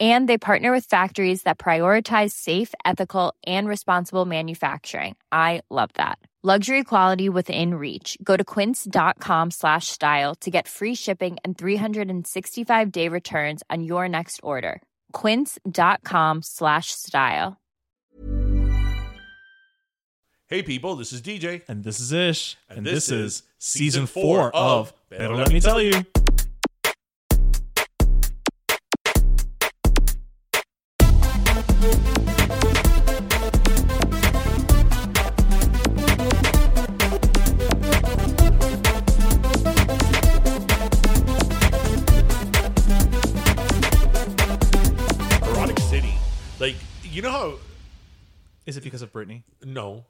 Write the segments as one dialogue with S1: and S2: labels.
S1: And they partner with factories that prioritize safe, ethical, and responsible manufacturing. I love that. Luxury quality within reach. Go to quince.com slash style to get free shipping and 365 day returns on your next order. Quince.com slash style.
S2: Hey people, this is DJ.
S3: And this is Ish.
S2: And
S3: And,
S2: this
S3: this,
S2: is
S3: is
S2: season
S3: season four
S2: four
S3: of
S2: of
S3: Better Let Me Tell You.
S2: Erotic City. Like, you know how
S3: Is it because of Britney?
S2: no.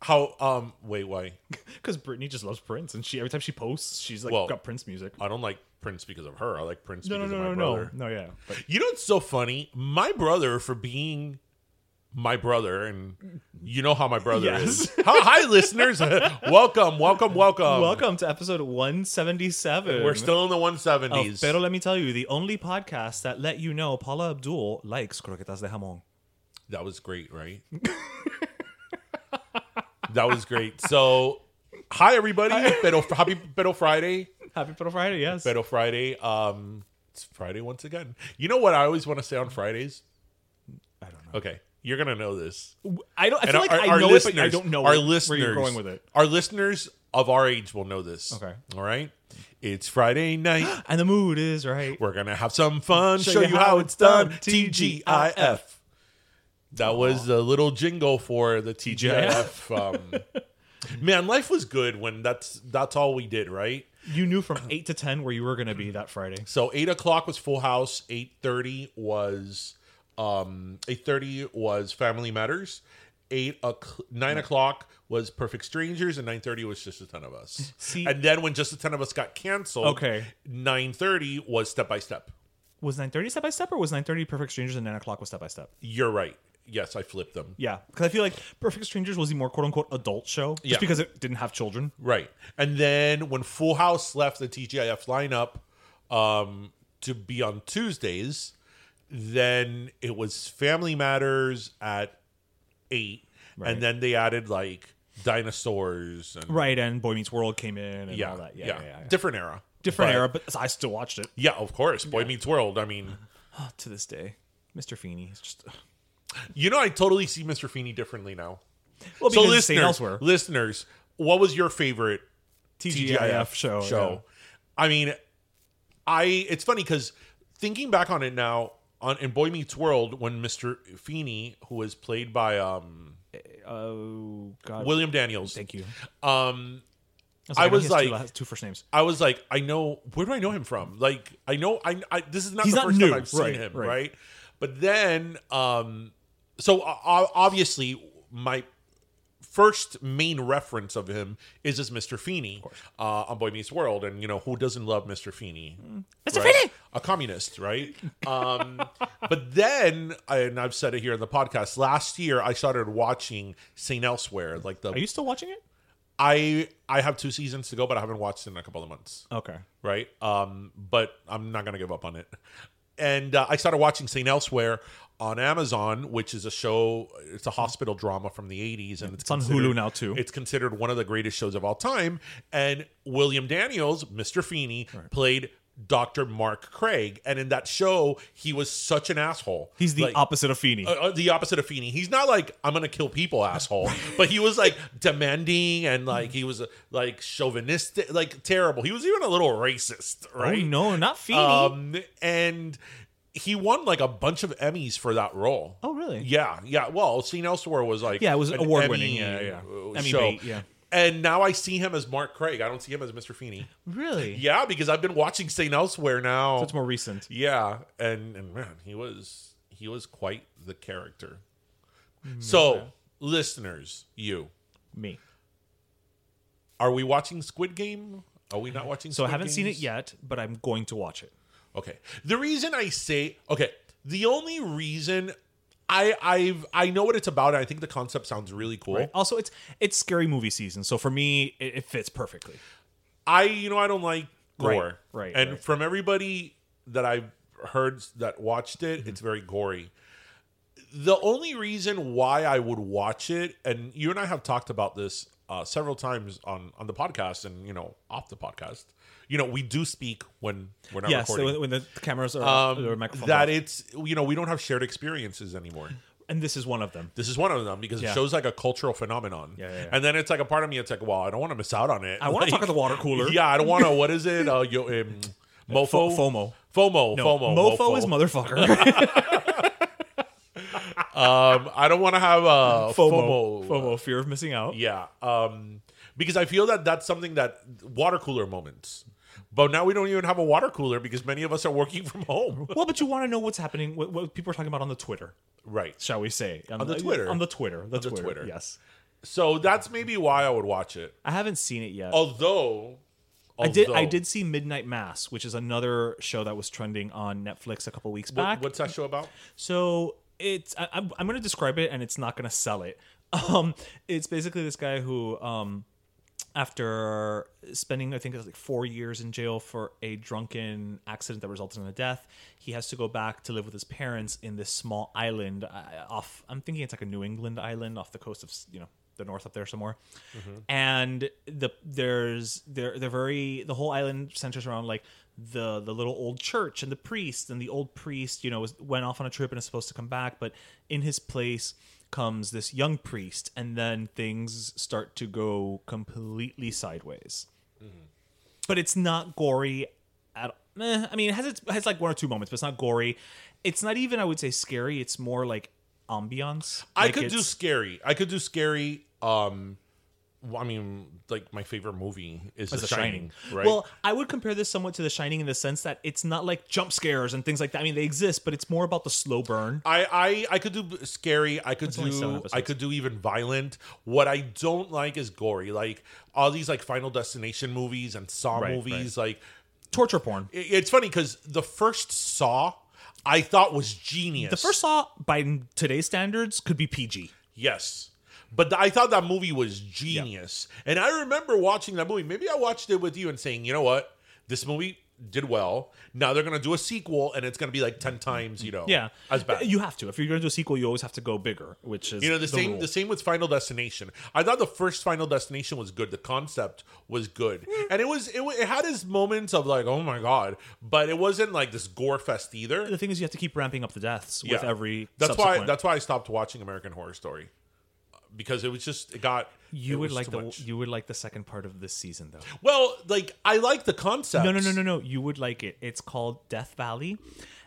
S2: How um wait, why?
S3: Because Britney just loves Prince, and she every time she posts, she's like
S2: Well-
S3: got Prince music.
S2: I don't like Prince because of her. I like Prince
S3: No, no,
S2: because
S3: no, no,
S2: of my
S3: no,
S2: brother.
S3: no, yeah. But
S2: You know what's so funny? My brother for being my brother and you know how my brother
S3: Yes.
S2: is. How, hi listeners. welcome, welcome, welcome.
S3: welcome to episode one seventy seven.
S2: We're still in the
S3: of
S2: 170s.
S3: Pero let me tell you, the only podcast that let you know Paula Abdul likes croquetas de jamón.
S2: That was great, right? that was great. So, hi everybody. Pero, happy Pero Friday.
S3: Happy Pero Friday, yes.
S2: Beto Friday. Um, it's Friday once again. You know what I always want to say on Fridays?
S3: I don't know.
S2: Okay, you're gonna know this.
S3: I don't. I feel like I know it, but I don't know
S2: Our
S3: it,
S2: listeners,
S3: where you're going with it.
S2: Our listeners of our age will know this.
S3: Okay.
S2: all right. It's Friday night.
S3: And the mood is right.
S2: We're gonna have some fun. Show, you how it's done. TGIF. That was the little jingle for the TGIF. um, man, life was good when that's that's all we did, right?
S3: You knew from eight to ten where you were going to be that Friday.
S2: So eight o'clock was Full House. Eight thirty was um eight thirty was Family Matters. Eight o'clock, nine o'clock was Perfect Strangers, and nine thirty was Just the Ten of Us.
S3: See-
S2: and then when Just the Ten of Us got canceled,
S3: Okay.
S2: nine thirty was Step by Step.
S3: Was nine thirty step by step, or was nine thirty Perfect Strangers and nine o'clock was step by step?
S2: You're right. Yes, I flipped them.
S3: Yeah, because I feel like Perfect Strangers was the more quote unquote adult show, just
S2: Yeah.
S3: because it didn't have children.
S2: Right. And then when Full House left the TGIF lineup um, to be on Tuesdays, then it was Family Matters at eight.
S3: Right.
S2: And then they added like dinosaurs and
S3: Right, and Boy Meets World came in and
S2: yeah,
S3: all that. Yeah,
S2: yeah,
S3: yeah, yeah, yeah.
S2: Different era.
S3: different
S2: But-
S3: era, but I still watched it
S2: Yeah, of course. Boy Meets World. I mean,
S3: Oh, to this day. Mr. Feeney, is just
S2: you know, I totally see Mr. Feeney differently now.
S3: well,
S2: So,
S3: because it's staying
S2: listeners,
S3: elsewhere.
S2: listeners, what was your favorite
S3: TGIF, show, yeah.
S2: I mean, I it's funny because thinking back on it now, on in Boy Meets World, when Mr. Feeney, who was played by um,
S3: Eh, Oh God,
S2: William Daniels,
S3: thank you.
S2: Um, I
S3: I
S2: was
S3: was
S2: like-
S3: like, I know he has two last- two first names.
S2: I was like, I know where do I know him from? Like, I know I, I this is not
S3: He's
S2: the
S3: not
S2: first
S3: new,
S2: time I've seen
S3: right,
S2: him, right.
S3: right.
S2: But then, um, so uh, obviously my first main reference of him is this Mr. Feeney uh, on Boy Meets World, and you know who doesn't love Mr. Feeney? Mr. Feeney, a communist, right? Um, but then, and I've said it here in the podcast. Last year, I started watching Saint Elsewhere, like the
S3: Are you still watching it?
S2: I I have two seasons to go, but I haven't watched it in a couple of months
S3: Okay,
S2: right? Um, but I'm not gonna give up on it. And uh, I started watching St. Elsewhere on Amazon, which is a show. It's a hospital drama from the '80s, and it's,
S3: It's on Hulu
S2: considered-
S3: now, too.
S2: It's considered one of the greatest shows of all time. And William Daniels, Mr. Feeney, played Dr. Mark Craig, and in that show, he was such an asshole.
S3: He's the
S2: Like,
S3: opposite of Feeney.
S2: uh, uh, the opposite of Feeney. He's not like I'm gonna kill people, asshole. but he was like demanding and like he was uh, like chauvinistic, like terrible. He was even a little racist, right?
S3: Oh no, not Feeney.
S2: Um, and he won like a bunch of Emmys for that role.
S3: Oh, really?
S2: Yeah, yeah. Well, Seen Elsewhere was like
S3: Yeah, it was
S2: an
S3: award-winning,
S2: Emmy,
S3: yeah, yeah.
S2: uh,
S3: Emmy
S2: show.
S3: bait, yeah.
S2: And now I see him as Mark Craig. I don't see him as Mr. Feeney.
S3: really?
S2: Yeah, because I've been watching St. Elsewhere now.
S3: That's more recent.
S2: Yeah, and and man, he was he was quite the character.
S3: Mm,
S2: So, listeners, you
S3: Me.
S2: are we watching Squid Game? Are we not watching?
S3: So I
S2: Squid
S3: haven't seen it
S2: Games?
S3: yet, but I'm going to watch it.
S2: Okay. The reason I say okay, the only reason I I've I know what it's about. And I think the concept sounds really cool.
S3: Also, it's it's scary movie season, so for me, it, it fits perfectly.
S2: I you know I don't like
S3: Right,
S2: gore.
S3: right,
S2: And
S3: right.
S2: from everybody that I've heard that watched it, it's very gory. The only reason why I would watch it, and you and I have talked about this uh, several times on on the podcast, and you know off the podcast, you know we do speak when we're not
S3: Yes,
S2: recording.
S3: when, when the cameras are um, or microphones
S2: that
S3: off.
S2: it's you know we don't have shared experiences anymore.
S3: and this is one of them.
S2: This is one of them because
S3: Yeah.
S2: it shows like a cultural phenomenon.
S3: Yeah, yeah, yeah.
S2: And then it's like a part of me, it's like, well, I don't want to miss out on it.
S3: I wanna
S2: Like-
S3: talk at the water cooler. Uh,
S2: Yeah, I don't want to. What is it? Uh, yo, um, mofo,
S3: Fo- FOMO.
S2: FOMO,
S3: No,
S2: FOMO,
S3: mofo, is motherfucker.
S2: Um, I don't want to have uh,
S3: FOMO,
S2: FOMO.
S3: FOMO, fear of missing out.
S2: Yeah, um, because I feel that that's something that water cooler moments. But now we don't even have a water cooler because many of us are working from home.
S3: Well, but you want to know what's happening, what, what people are talking about on the Twitter,
S2: right.
S3: shall we say? On,
S2: the Twitter.
S3: on the Twitter, the,
S2: the
S3: Twitter.
S2: Twitter.
S3: Yes,
S2: So that's maybe why I would watch it.
S3: I haven't seen it yet.
S2: Although,
S3: I did. I
S2: although-
S3: did see Midnight Mass, which is another show that was trending on Netflix a couple weeks back.
S2: What, what's that show about?
S3: So it's I, I'm, I'm going to describe it, and it's not going to sell it. Um, it's basically this guy who, um, after spending I think it was like four years in jail for a drunken accident that resulted in a death, he has to go back to live with his parents in this small island uh, off. I'm thinking it's like a New England island off the coast of you know the north up there somewhere. And the there's they're they're very the whole island centers around like the the little old church and the priest and the old priest you know was, went off on a trip and is supposed to come back, but in his place comes this young priest and then things start to go completely sideways.
S2: Mm-hmm.
S3: But it's not gory at eh, I mean it has its has like one or two moments, but it's not gory. It's not even I would say scary, it's more like ambiance.
S2: I
S3: Like,
S2: could do
S3: it's-
S2: scary. I could do scary. Um, well, I mean, like my favorite movie is The,
S3: as The
S2: Shining, right?
S3: Well, I would compare this somewhat to The Shining in the sense that it's not like jump scares and things like that. I mean, they exist, but it's more about the slow burn.
S2: I, I I could do b- scary. I could
S3: only seven
S2: do I
S3: episodes.
S2: could do even violent. What I don't like is gory. Like all these like Final Destination movies and Saw
S3: Right,
S2: movies. Like
S3: Torture porn.
S2: it- it's funny because the first Saw I thought was genius.
S3: The first Saw, by today's standards, could be PG.
S2: Yes. But th- I thought that movie was genius. And I remember watching that movie. Maybe I watched it with you and saying, you know what? This movie did well. Now they're going to do a sequel and it's going to be like 10 times, you know,
S3: Yeah,
S2: as bad.
S3: You have to. If you're going to do a sequel, you always have to go bigger, which is
S2: you know, the, same
S3: rule.
S2: the same with Final Destination. I thought the first Final Destination was good. The concept was good.
S3: Mm.
S2: And it was it, wa- it had its moments of like, oh my god, but it wasn't like this gore fest either.
S3: The thing is, you have to keep ramping up the deaths with
S2: Yeah.
S3: every.
S2: That's why
S3: subsequent.
S2: that's why I stopped watching American Horror Story. Because it was just it got
S3: you
S2: it
S3: would
S2: was
S3: like
S2: too
S3: the
S2: much.
S3: you would like the second part of this season though.
S2: Well, like I like the concept.
S3: No, no, no, no, no. You would like it. It's called Death Valley,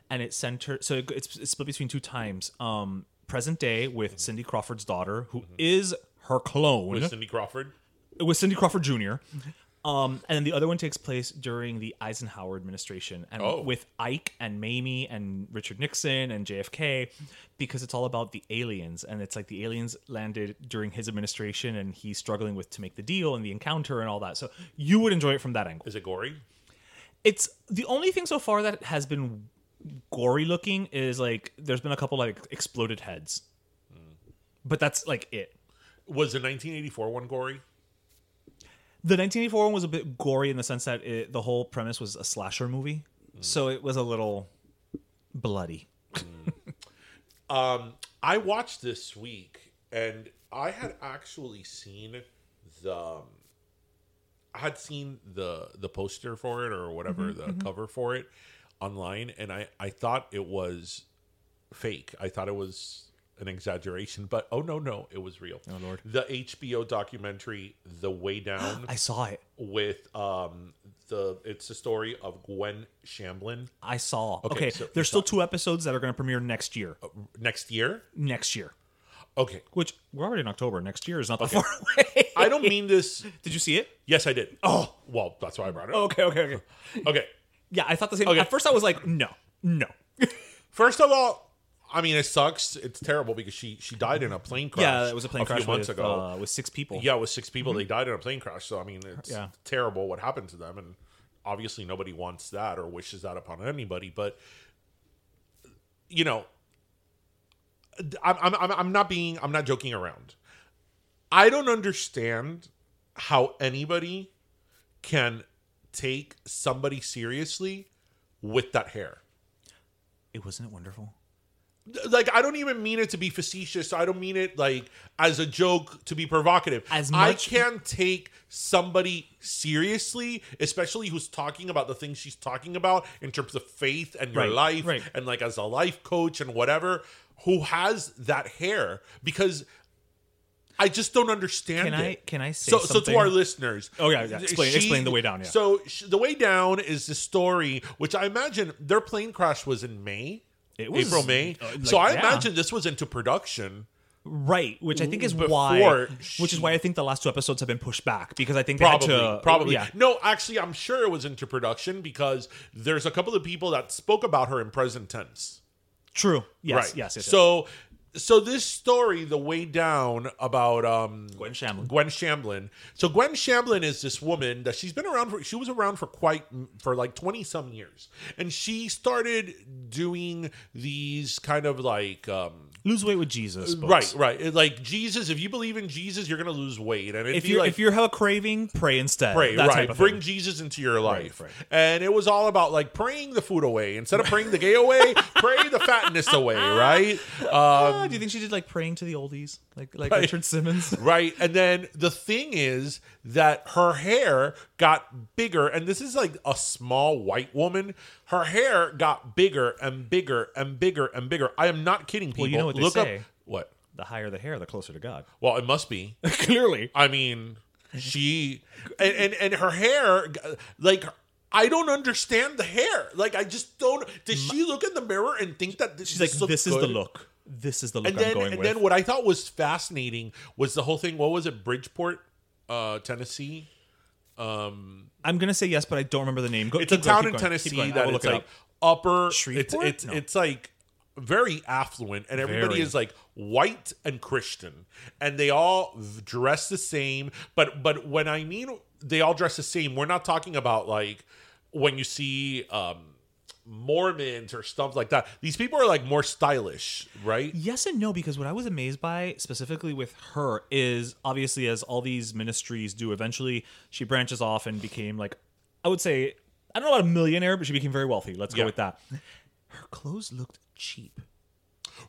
S3: and it's centered. So it, it's, it's split between two times. Um, present day
S2: Mm-hmm.
S3: with Cindy Crawford's daughter, who is her clone
S2: With Cindy Crawford.
S3: with Cindy Crawford Jr. Um, and then the other one takes place during the Eisenhower administration and
S2: Oh.
S3: with Ike and Mamie and Richard Nixon and JFK because it's all about the aliens. And it's like the aliens landed during his administration and he's struggling with to make the deal and the encounter and all that. So you would enjoy it from that angle
S2: Is it gory?
S3: it's the only thing so far that has been gory looking is like there's been a couple like exploded heads but that's like it
S2: Was the 1984 one gory?
S3: the 1984 one was a bit gory in the sense that it, the whole premise was a
S2: Mm.
S3: slasher movie so it was a little bloody
S2: Um, I watched this week, and I had actually seen the. um, I had seen the the poster for it or whatever
S3: Mm-hmm,
S2: the cover for it online, and I I thought it was fake. I thought it was an exaggeration, but oh no no, it was real. Oh
S3: Lord.
S2: The HBO documentary The Way Down
S3: I saw it.
S2: with um the it's the story of Gwen Shamblin
S3: I saw. Okay,
S2: so Oh. you
S3: there's still two episodes that are going to premiere next year.
S2: next year.
S3: Next year,
S2: Okay.
S3: which we're already in October. Next year is not that far away.
S2: I don't mean this
S3: Did you see it?
S2: Yes, I did. Oh, well, that's why I brought it. up.
S3: Okay, okay, okay.
S2: Okay.
S3: Yeah, I thought the same.
S2: Okay.
S3: At first, I was like, no, no.
S2: First of all, I mean, it sucks. It's terrible because she she died in a plane crash.
S3: yeah, it was a plane crash
S2: few months
S3: with,
S2: ago.
S3: Uh, with six people. Mm-hmm.
S2: yeah, with six people, they died in a plane crash. So I mean, it's
S3: Yeah.
S2: terrible what happened to them, and obviously nobody wants that or wishes that upon anybody. But you know, I'm I'm I'm, I'm not being I'm not joking around. I don't understand how anybody can take somebody seriously with that hair.
S3: it wasn't it wonderful.
S2: like I don't even mean it to be facetious. I don't mean it like as a joke to be provocative.
S3: As
S2: I
S3: much-
S2: can't take somebody seriously, especially who's talking about the things she's talking about in terms of faith and your
S3: Right,
S2: life
S3: right.
S2: and like as a life coach and whatever, who has that hair because I just don't understand.
S3: Can I-
S2: it.
S3: can I say
S2: so? So
S3: something?
S2: to our listeners,
S3: Oh, yeah, yeah. Explain- explain The Way Down, yeah.
S2: So sh the way down is the story, which I imagine their plane crash was in May.
S3: It was-
S2: April May.
S3: uh, like,
S2: so I
S3: yeah.
S2: imagine this was into production.
S3: Right, which I think is
S2: Before
S3: why, which
S2: she-
S3: is why I think the last two episodes have been pushed back because I think they
S2: Probably,
S3: had to,
S2: probably.
S3: yeah.
S2: No, actually, I'm sure it was into production because there's a couple of people that spoke about her in present tense.
S3: True. Yes.
S2: right.
S3: Yes. yes, yes.
S2: So, so this story, the way down about um,
S3: Gwen Shamblin.
S2: Gwen Shamblin. So Gwen Shamblin is this woman that she's been around for. She was around for quite for like twenty some years, and she started doing these kind of like um,
S3: lose weight with Jesus.
S2: right,
S3: Books.
S2: right, It- like Jesus. If you believe in Jesus, you're gonna lose weight, and it'd
S3: If
S2: be
S3: you
S2: like,
S3: if you have a craving, pray instead.
S2: pray,
S3: That
S2: right?
S3: Type of
S2: Bring
S3: thing.
S2: Jesus into your life,
S3: right.
S2: and it was all about like praying the food away instead of praying the gay away, pray the fatness away, right? Um,
S3: Ah, do you think she did like praying to the oldies, like like
S2: Right.
S3: Richard Simmons?
S2: Right. And then the thing is that her hair got bigger. And this is like a small white woman. Her hair got bigger and bigger and bigger and bigger. I am not kidding people.
S3: Well, you know what they
S2: Look
S3: say.
S2: up what?
S3: The higher the hair, the closer to God.
S2: Well, it must be.
S3: Clearly.
S2: I mean, she and, and and her hair like I don't understand the hair. Like I just don't did she look in the mirror and think that this
S3: She's like,
S2: looks
S3: this is the
S2: good?"
S3: look. This is the look
S2: and then
S3: I'm going
S2: and
S3: with.
S2: then what I thought was fascinating was the whole thing. What was it, Bridgeport, uh, Tennessee?
S3: I'm gonna say yes, but I don't remember the name. Go,
S2: It's
S3: keep
S2: a
S3: going,
S2: town
S3: keep
S2: in
S3: going, keep
S2: Tennessee
S3: going. I
S2: that
S3: will
S2: it's
S3: look it
S2: like
S3: up.
S2: upper. It's
S3: Shreveport?
S2: it's
S3: No.
S2: it's like very affluent, and everybody
S3: Very.
S2: is like white and Christian, and they all v- dress the same. But but when I mean they all dress the same, we're not talking about like when you see. um Mormons or stuff like that. These people are like more stylish, right?
S3: Yes and no, because what I was amazed by specifically with her is obviously as all these ministries do, eventually she branches off and became like I would say I don't know about a millionaire, but she became very wealthy. Let's
S2: Yeah.
S3: go with that. Her clothes looked cheap.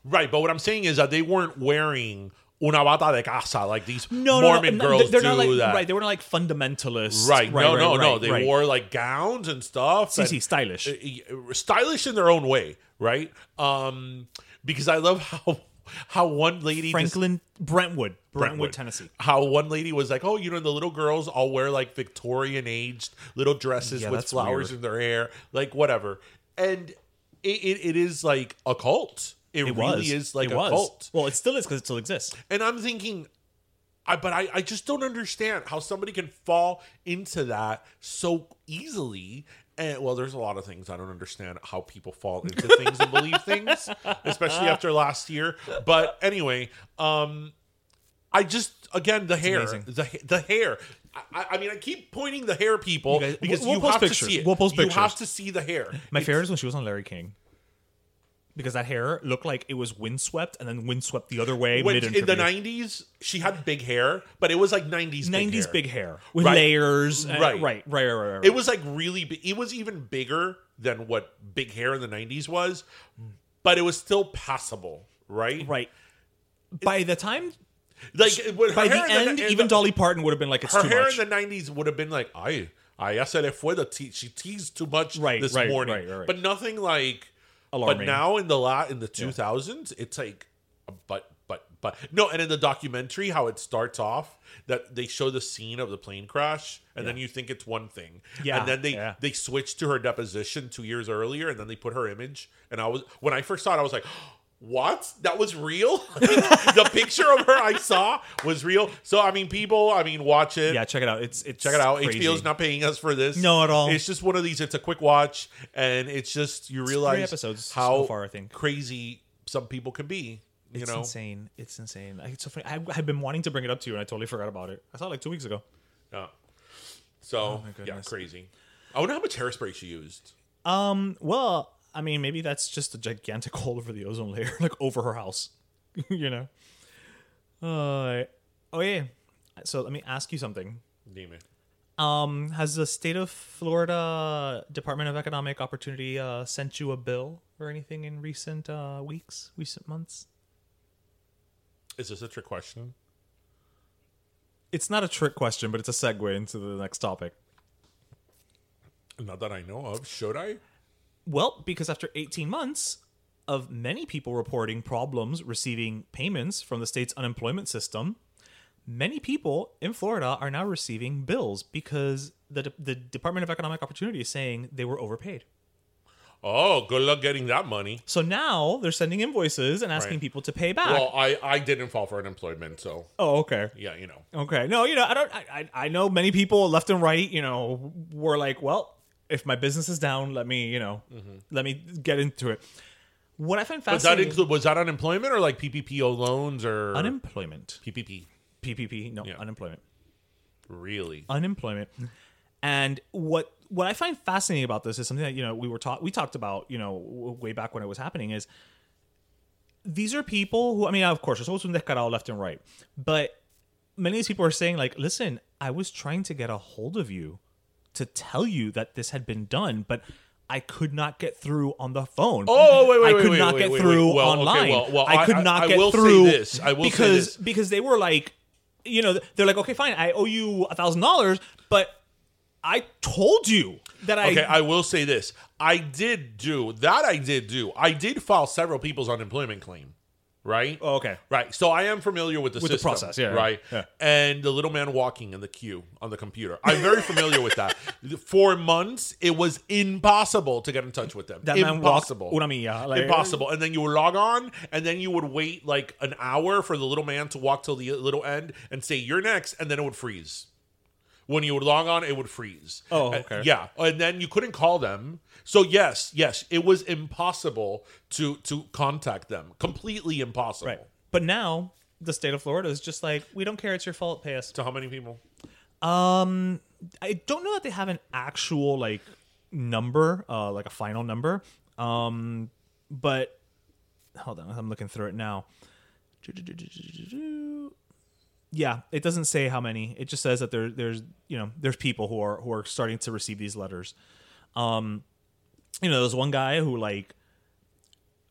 S2: Right, but what I'm saying is that they weren't wearing una bata de casa like these
S3: No, no,
S2: Mormon
S3: no, no,
S2: girls
S3: They're
S2: do
S3: not like
S2: that.
S3: right. They were not like fundamentalists.
S2: right, no,
S3: right,
S2: no, no.
S3: right,
S2: They
S3: right.
S2: wore like gowns and stuff.
S3: See, see,
S2: and-
S3: stylish.
S2: uh, stylish in their own way, right? Um, because I love how how one lady just-
S3: Franklin Brentwood, Brentwood, Tennessee.
S2: How one lady was like, "Oh, you know, the little girls all wear like Victorian aged little dresses
S3: Yeah,
S2: with
S3: that's
S2: flowers
S3: weird.
S2: in their hair, like whatever." And it, it, it is like a cult. It,
S3: It
S2: really
S3: was.
S2: is like
S3: it
S2: a
S3: was.
S2: cult.
S3: Well, it still is because it still exists.
S2: And I'm thinking, I but I, I just don't understand how somebody can fall into that so easily. And well, there's a lot of things I don't understand how people fall into things and believe things, especially after last year. But anyway, um I just again the hair,
S3: amazing.
S2: the ha- the hair. I- I, I mean, I keep pointing the hair people
S3: You guys-
S2: because
S3: we'll- we'll
S2: you
S3: post
S2: have
S3: pictures.
S2: to see it.
S3: We'll post
S2: you have
S3: pictures.
S2: to see the hair.
S3: My
S2: It's-
S3: favorite is when she was on Larry King. Because that hair looked like it was windswept and then windswept the other way
S2: when-
S3: mid
S2: in the '90s, she had big hair, but it was like '90s
S3: 90s
S2: big hair.
S3: big hair with
S2: Right.
S3: layers. and-
S2: Right.
S3: right, right, right, right, right.
S2: It was like really big. It was even bigger than what big hair in the 90s was, but it was still passable, right?
S3: Right. By the time,
S2: Like when her
S3: by
S2: hair
S3: the
S2: in
S3: end,
S2: in
S3: even
S2: the,
S3: Dolly Parton would have been like, "It's
S2: her
S3: too
S2: hair
S3: much."
S2: in the '90s would have been like, I, I said it for the te- she teased too much
S3: Right,
S2: this
S3: right,
S2: morning,
S3: right, right, right.
S2: but nothing like. But
S3: Alarming.
S2: now in the la in the 2000s, it's like, uh, but but but no. And in the documentary, how it starts off that they show the scene of the plane crash, and then you think it's one thing,
S3: Yeah,
S2: and then they
S3: yeah.
S2: they switch to her deposition two years earlier, and then they put her image. And I was when I first saw it, I was like. What? That was real? the picture of her I saw was real. So I mean, people, I mean, watch it.
S3: yeah, check it out. It's it's
S2: Check it out.
S3: Crazy.
S2: HBO's not paying us for this.
S3: No, at all.
S2: It's just one of these. It's a quick watch, and it's just you realize
S3: episodes so
S2: how
S3: far, I think.
S2: crazy some people can be. You
S3: It's
S2: know,
S3: insane. It's insane. I, it's so funny. I had been wanting to bring it up to you, and I totally forgot about it. I saw it like two weeks ago.
S2: Yeah. So yeah,
S3: Oh goodness.
S2: crazy. I wonder how much hairspray she used.
S3: Um. Well, I mean, maybe that's just a gigantic hole over the ozone layer, like over her house. you know. Uh, oh yeah. So let me ask you something.
S2: Demon.
S3: Um, has the state of Florida Department of Economic Opportunity uh, sent you a bill or anything in recent uh, weeks, recent months?
S2: Is this a trick question?
S3: It's not a trick question, but it's a segue into the next topic.
S2: Not that I know of. Should I?
S3: Well, because after 18 months of many people reporting problems receiving payments from the state's unemployment system, many people in Florida are now receiving bills because the, De- the Department of Economic Opportunity is saying they were overpaid.
S2: Oh, good luck getting that money.
S3: So now they're sending invoices and asking
S2: Right.
S3: people to pay back.
S2: Well, I I didn't fall for unemployment, so
S3: oh, okay.
S2: yeah, you know.
S3: Okay. No, you know, I don't. I, I I know many people left and right. You know, were like, well, if my business is down, let me, you know, let me get into it. What I find
S2: Does Mm-hmm. that
S3: fascinating.
S2: include was that unemployment or like PPPO loans or
S3: unemployment?
S2: PPP?
S3: PPP. No,
S2: Yeah.
S3: unemployment.
S2: Really?
S3: Unemployment. And what what I find fascinating about this is something that you know we were taught we talked about you know w- way back when it was happening is these are people who I mean of course there's always some descarado left and right but many of these people are saying like listen I was trying to get a hold of you to tell you that this had been done but I could not get through on the phone
S2: Oh, wait, wait,
S3: I
S2: wait,
S3: could
S2: wait,
S3: not
S2: wait,
S3: get
S2: wait,
S3: through
S2: wait. Well, okay,
S3: online
S2: well- well,
S3: I could
S2: I-
S3: not
S2: I- I
S3: get
S2: will say
S3: through
S2: this. I will say
S3: because
S2: this.
S3: because they were like you know they're like okay fine I owe you a thousand dollars but I told you that I.
S2: Okay, I will say this. I did do that. I did do. I did file several people's unemployment claim, right?
S3: Oh, okay.
S2: Right. So I am familiar with the
S3: With the
S2: system,
S3: process, yeah, yeah,
S2: Right.
S3: yeah.
S2: And the little man walking in the queue on the computer. I'm very familiar with that. For months, it was impossible to get in touch with them.
S3: That man walked
S2: impossible.
S3: una milla, like-
S2: impossible. And then you would log on, and then you would wait like an hour for the little man to walk till the little end and say you're next, and then it would freeze when you would log on, it would freeze.
S3: Oh,
S2: Uh,
S3: okay.
S2: yeah, and then you couldn't call them. So yes, yes, it was impossible to to contact them. Completely impossible.
S3: Right. But now the state of Florida is just like, we don't care. It's your fault. Pay us.
S2: To how many people?
S3: Um, I don't know that they have an actual like number, uh, like a final number. Um, but hold on, I'm looking through it now. Yeah, it doesn't say how many. It just says that there, there's you know there's people who are who are starting to receive these letters. Um, you know, there's one guy who like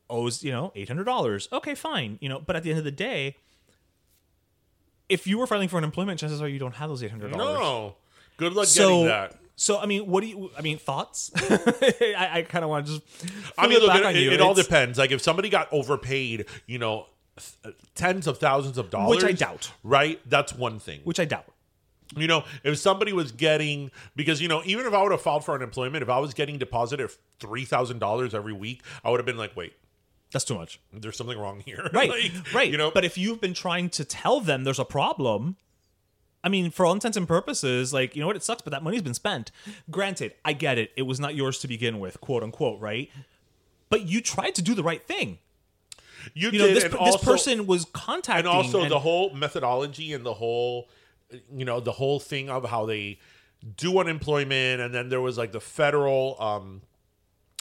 S3: owes you know eight hundred dollars. Okay, fine. You know, but at the end of the day, if you were filing for unemployment, chances are you don't have those eight hundred dollars.
S2: No. Good luck
S3: So,
S2: getting that.
S3: so I mean, what do you? I mean, thoughts? I, I kind of want to just.
S2: I mean,
S3: flip
S2: look,
S3: back
S2: it,
S3: on
S2: it-
S3: you.
S2: it all
S3: It's-
S2: depends. Like if somebody got overpaid, you know, th- uh, tens of thousands of dollars,
S3: Which I doubt.
S2: Right. That's one thing.
S3: Which I doubt.
S2: You know, if somebody was getting because you know, even if I would have filed for unemployment, if I was getting deposited three thousand dollars every week, I would have been like, wait.
S3: That's too much.
S2: there's something wrong here.
S3: Right.
S2: Like,
S3: right.
S2: You know,
S3: but if you've been trying to tell them there's a problem, I mean, for all intents and purposes, like you know what, it sucks, but that money's been spent. Granted, I get it. It was not yours to begin with, quote unquote, right? But you tried to do the right thing.
S2: you,
S3: You know,
S2: did,
S3: this,
S2: and
S3: this
S2: also,
S3: person was contacting,
S2: and also the whole methodology and the whole, you know, the whole thing of how they do unemployment, and then there was like the federal, um,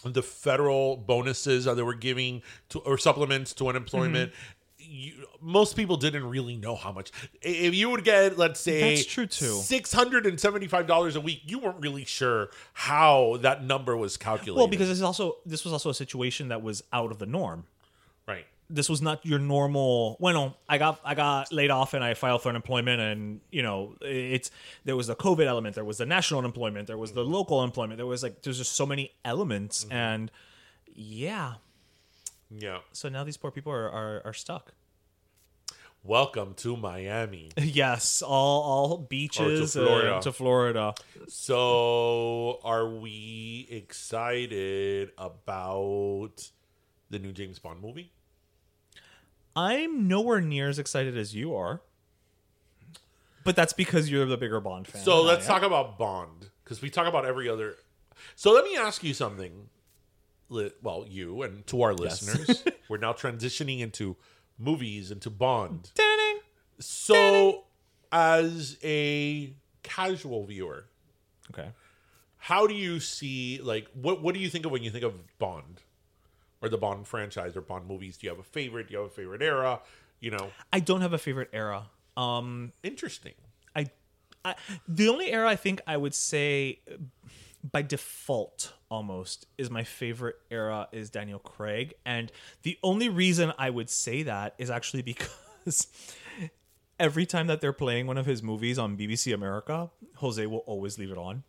S2: the federal bonuses that they were giving to or supplements to unemployment.
S3: Mm-hmm.
S2: You, most people didn't really know how much. I- If you would get, let's say,
S3: That's true, too.
S2: six hundred and seventy-five dollars a week, you weren't really sure how that number was calculated.
S3: well, because this is also this was also a situation that was out of the norm.
S2: right,
S3: this was not your normal well i got i got laid off and i filed for unemployment and you know it's there was the covid element there was the national unemployment there was the local unemployment there was like there's just so many elements
S2: Mm-hmm.
S3: and yeah
S2: Yeah.
S3: so now these poor people are are, are stuck
S2: Welcome to Miami.
S3: yes all all beaches and
S2: Florida.
S3: to florida
S2: So, are we excited about the new James Bond movie?
S3: i'm nowhere near as excited as you are but that's because you're the bigger bond fan
S2: So
S3: than I
S2: let's
S3: am.
S2: talk about Bond because we talk about every other. So let me ask you something. Li- Well, you and to our listeners, we're now transitioning into movies into Bond. So, as a casual viewer,
S3: okay
S2: how do you see like what what do you think of when you think of Bond or the Bond franchise or Bond movies? Do you have a favorite? Do you have a favorite era? You know,
S3: i don't have a favorite era um
S2: interesting.
S3: I, I the only era I think I would say uh, by default almost is my favorite era is Daniel Craig and the only reason I would say that is actually because every time that they're playing one of his movies on BBC America Jose will always leave it on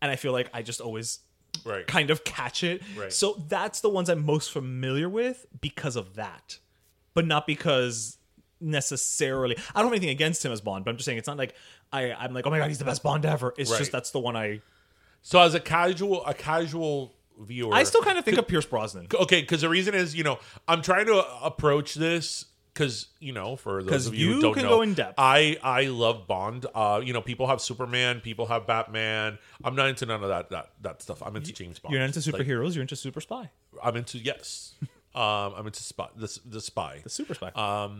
S3: and I feel like I just always
S2: Right.
S3: kind of catch it
S2: Right.
S3: so that's the ones I'm most familiar with because of that but not because necessarily I don't have anything against him as Bond, but I'm just saying it's not like I, I'm like, oh my god, he's the best Bond ever. It's
S2: Right.
S3: just that's the one I
S2: So as a casual a casual viewer,
S3: I still kind of think of Pierce Brosnan.
S2: okay because the reason is you know i'm trying to approach this because you know for those
S3: 'Cause
S2: of you who
S3: you
S2: don't
S3: can
S2: know
S3: go in depth.
S2: i i love bond uh you know people have superman people have batman i'm not into none of that that that stuff i'm into james bond
S3: You're not into
S2: Like,
S3: superheroes, you're into super spy.
S2: i'm into yes um i'm into spy the, the spy
S3: The super spy.
S2: Uh,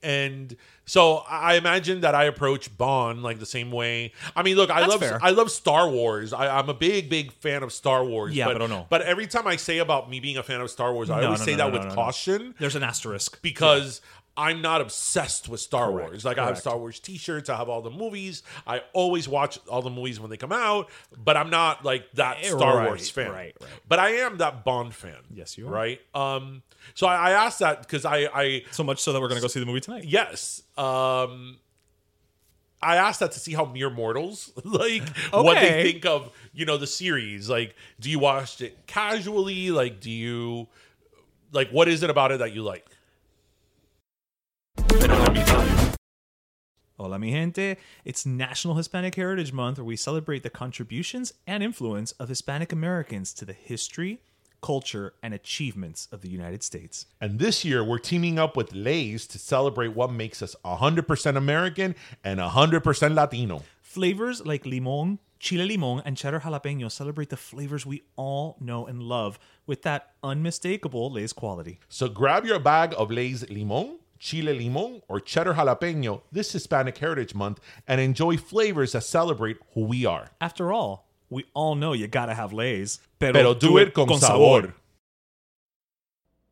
S2: and so I imagine that I approach Bond like the same way. I mean, look, I
S3: That's
S2: love
S3: fair.
S2: I love Star Wars. I, I'm a big, big fan of Star Wars.
S3: Yeah,
S2: but,
S3: but I don't know.
S2: But every time I say about me being a fan of Star Wars, I
S3: No,
S2: always
S3: no,
S2: say
S3: no,
S2: that
S3: no,
S2: with
S3: no, no.
S2: caution
S3: There's an asterisk.
S2: because I'm not obsessed with Star
S3: Correct,
S2: Wars. Like I have
S3: correct.
S2: Star Wars T-shirts. I have all the movies. I always watch all the movies when they come out. But I'm not like that
S3: Eh,
S2: Star
S3: right,
S2: Wars fan.
S3: right, right.
S2: But I am that Bond fan.
S3: Yes, you are.
S2: Right. Um. So I, I asked that because I I
S3: so much so that we're gonna go see the movie tonight.
S2: Yes. Um I asked that to see how mere mortals like what they
S3: Okay.
S2: think of, you know, the series. Like, do you watch it casually? Like, do you like what is it about it that you like?
S3: Hola, mi gente. It's National Hispanic Heritage Month, where we celebrate the contributions and influence of Hispanic Americans to the history, culture, and achievements of the United States.
S2: And this year we're teaming up with Lay's to celebrate what makes us 100% American and 100% Latino.
S3: Flavors like limon, chile limon, and cheddar jalapeno celebrate the flavors we all know and love with that unmistakable Lay's quality.
S2: So grab your bag of Lay's Limon, Chile Limon, or Cheddar Jalapeno this Hispanic Heritage Month and enjoy flavors that celebrate who we are.
S3: After all, we all know you gotta have Lay's. Pero,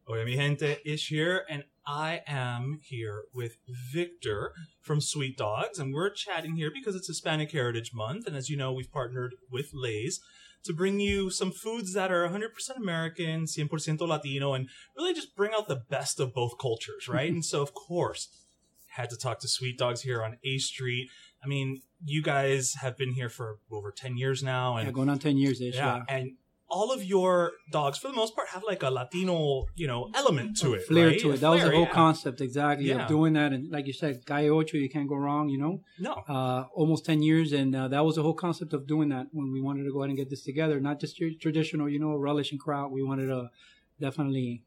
S3: Oye, mi gente, Ish here, and I am here with Victor from Sweet Dogs, and we're chatting here because it's Hispanic Heritage Month, and as you know, we've partnered with Lay's to bring you some foods that are 100% American, 100% Latino, and really just bring out the best of both cultures, right? and so, of course, had to talk to Sweet Dogs here on A Street. I mean, you guys have been here for over 10 years now, and
S4: Yeah, going on 10 years ish.
S3: yeah,
S4: Yeah.
S3: and all of your dogs, for the most part, have like a Latino, you know, element to it,
S4: Flair
S3: right?
S4: to it.
S3: A
S4: That was the
S3: flair,
S4: whole
S3: yeah.
S4: concept, exactly,
S3: Yeah.
S4: of doing that. And like you said, Calle Ocho, you can't go wrong, you know?
S3: No,
S4: Uh, almost 10 years. And uh, that was the whole concept of doing that when we wanted to go ahead and get this together. Not just your traditional, you know, relish and crowd. We wanted to definitely,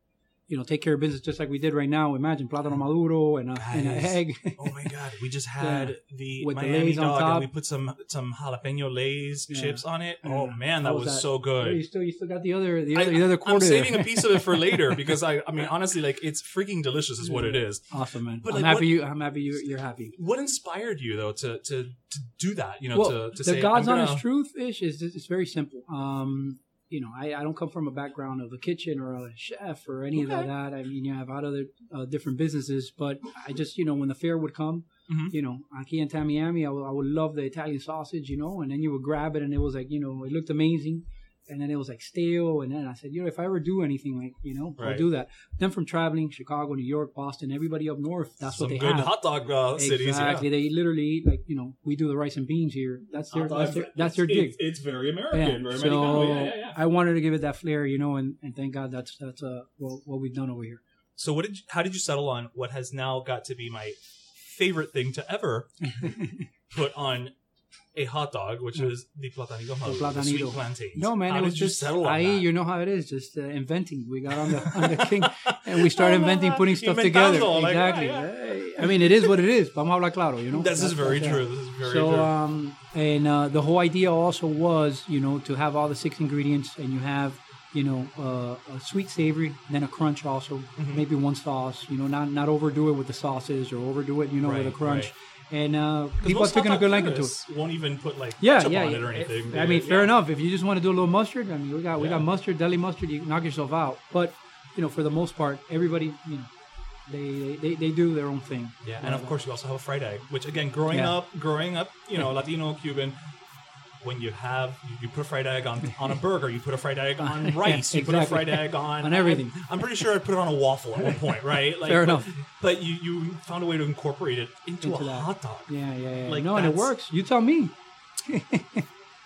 S4: you know, take care of business just like we did right now. Imagine plátano maduro and a, and a
S3: Guys.
S4: egg.
S3: Mm-hmm. oh my god, we just had
S4: Yeah.
S3: the
S4: With the
S3: Miami
S4: Lay's on
S3: dog,
S4: top.
S3: and we put some some jalapeno lays
S4: Yeah.
S3: chips on it. Oh
S4: Yeah.
S3: man, that
S4: How
S3: was,
S4: that?
S3: so
S4: Oh, You
S3: good.
S4: still, you still got the other, the
S3: I,
S4: other, the other
S3: am
S4: quarter. there.
S3: saving a piece of it for later because I, I mean, honestly, like it's freaking delicious, is what it is.
S4: Awesome, man.
S3: But,
S4: I'm
S3: like,
S4: happy
S3: what-
S4: you. I'm happy you, you're happy.
S3: What inspired you though to to, to do that? You know, to, to
S4: the
S3: say
S4: God's
S3: I'm gonna-
S4: honest truth ish is it's very simple. Um, you know, I, I don't come from a background of a kitchen or a chef or any of
S3: Okay.
S4: that. I mean, you know, I've had other uh, different businesses, but I just, you know, when the fair would come,
S3: Mhm.
S4: you know, aquí in Tamiami, I would I would love the Italian sausage, you know, and then you would grab it and it was like, you know, it looked amazing. and then it was like stale. And then I said, you know, if I ever do anything like, you know,
S3: Right.
S4: I'll do that. Then from traveling Chicago, New York, Boston, everybody up north, that's
S3: Some
S4: what they
S3: good
S4: have.
S3: hot dog uh, cities. yeah.
S4: Exactly. They literally eat like you know we do the rice and beans here. That's their
S3: Hot dog-
S4: that's their, that's their
S3: it's-
S4: gig.
S3: It's, it's very American.
S4: Yeah.
S3: Very American. Oh,
S4: So
S3: yeah, yeah, yeah.
S4: I wanted to give it that flair, you know, and, and thank God that's that's uh what, what we've done over here.
S3: So what did you, how did you settle on what has now got to be my favorite thing to ever put on a hot dog, which is the platanito hot dog, the sweet
S4: platanito.
S3: plantains.
S4: Mm. No man,
S3: how
S4: it
S3: did
S4: was
S3: you
S4: just
S3: settle on
S4: I
S3: that?
S4: you know how it is, just uh, inventing. We got on the on the king and we started inventing, putting stuff
S3: Inventando,
S4: together.
S3: Oh, like, yeah,
S4: exactly.
S3: yeah.
S4: I mean, it is what it is. Vamos a hablar claro, you know.
S3: This is very
S4: that's- uh,
S3: true. This is very
S4: so
S3: true.
S4: um and uh, the whole idea also was you know to have all the six ingredients and you have you know uh, a sweet savory then a crunch also
S3: Mm-hmm.
S4: maybe one sauce you know not not overdo it with the sauces or overdo it you know with a
S3: Right,
S4: crunch and uh
S3: 'Cause
S4: people are
S3: most
S4: taking a
S3: hot
S4: good
S3: dog
S4: liking to it
S3: purists Won't even put like
S4: yeah,
S3: ketchup
S4: yeah,
S3: on
S4: yeah.
S3: it or anything.
S4: I mean,
S3: Yeah.
S4: fair enough. If you just want to do a little mustard, I mean, we got we got mustard, deli mustard. You knock yourself out. But you know, for the most part, everybody, you know, they they, they do their own thing.
S3: Yeah, and of course you also have a fried egg, which again, growing
S4: Yeah.
S3: up, growing up, you know, Latino, Cuban, when you have you, you put a fried egg on on a burger, you put a fried egg on rice, you put a
S4: exactly.
S3: fried egg on
S4: On everything.
S3: I, am pretty sure I put it on a waffel at one point, right? Like,
S4: Fair
S3: but,
S4: enough.
S3: But you you found a way to incorporate it into,
S4: Into
S3: a
S4: that.
S3: hot dog.
S4: Yeah, yeah, yeah.
S3: Like,
S4: no, and it
S3: that's-
S4: works. You tell me.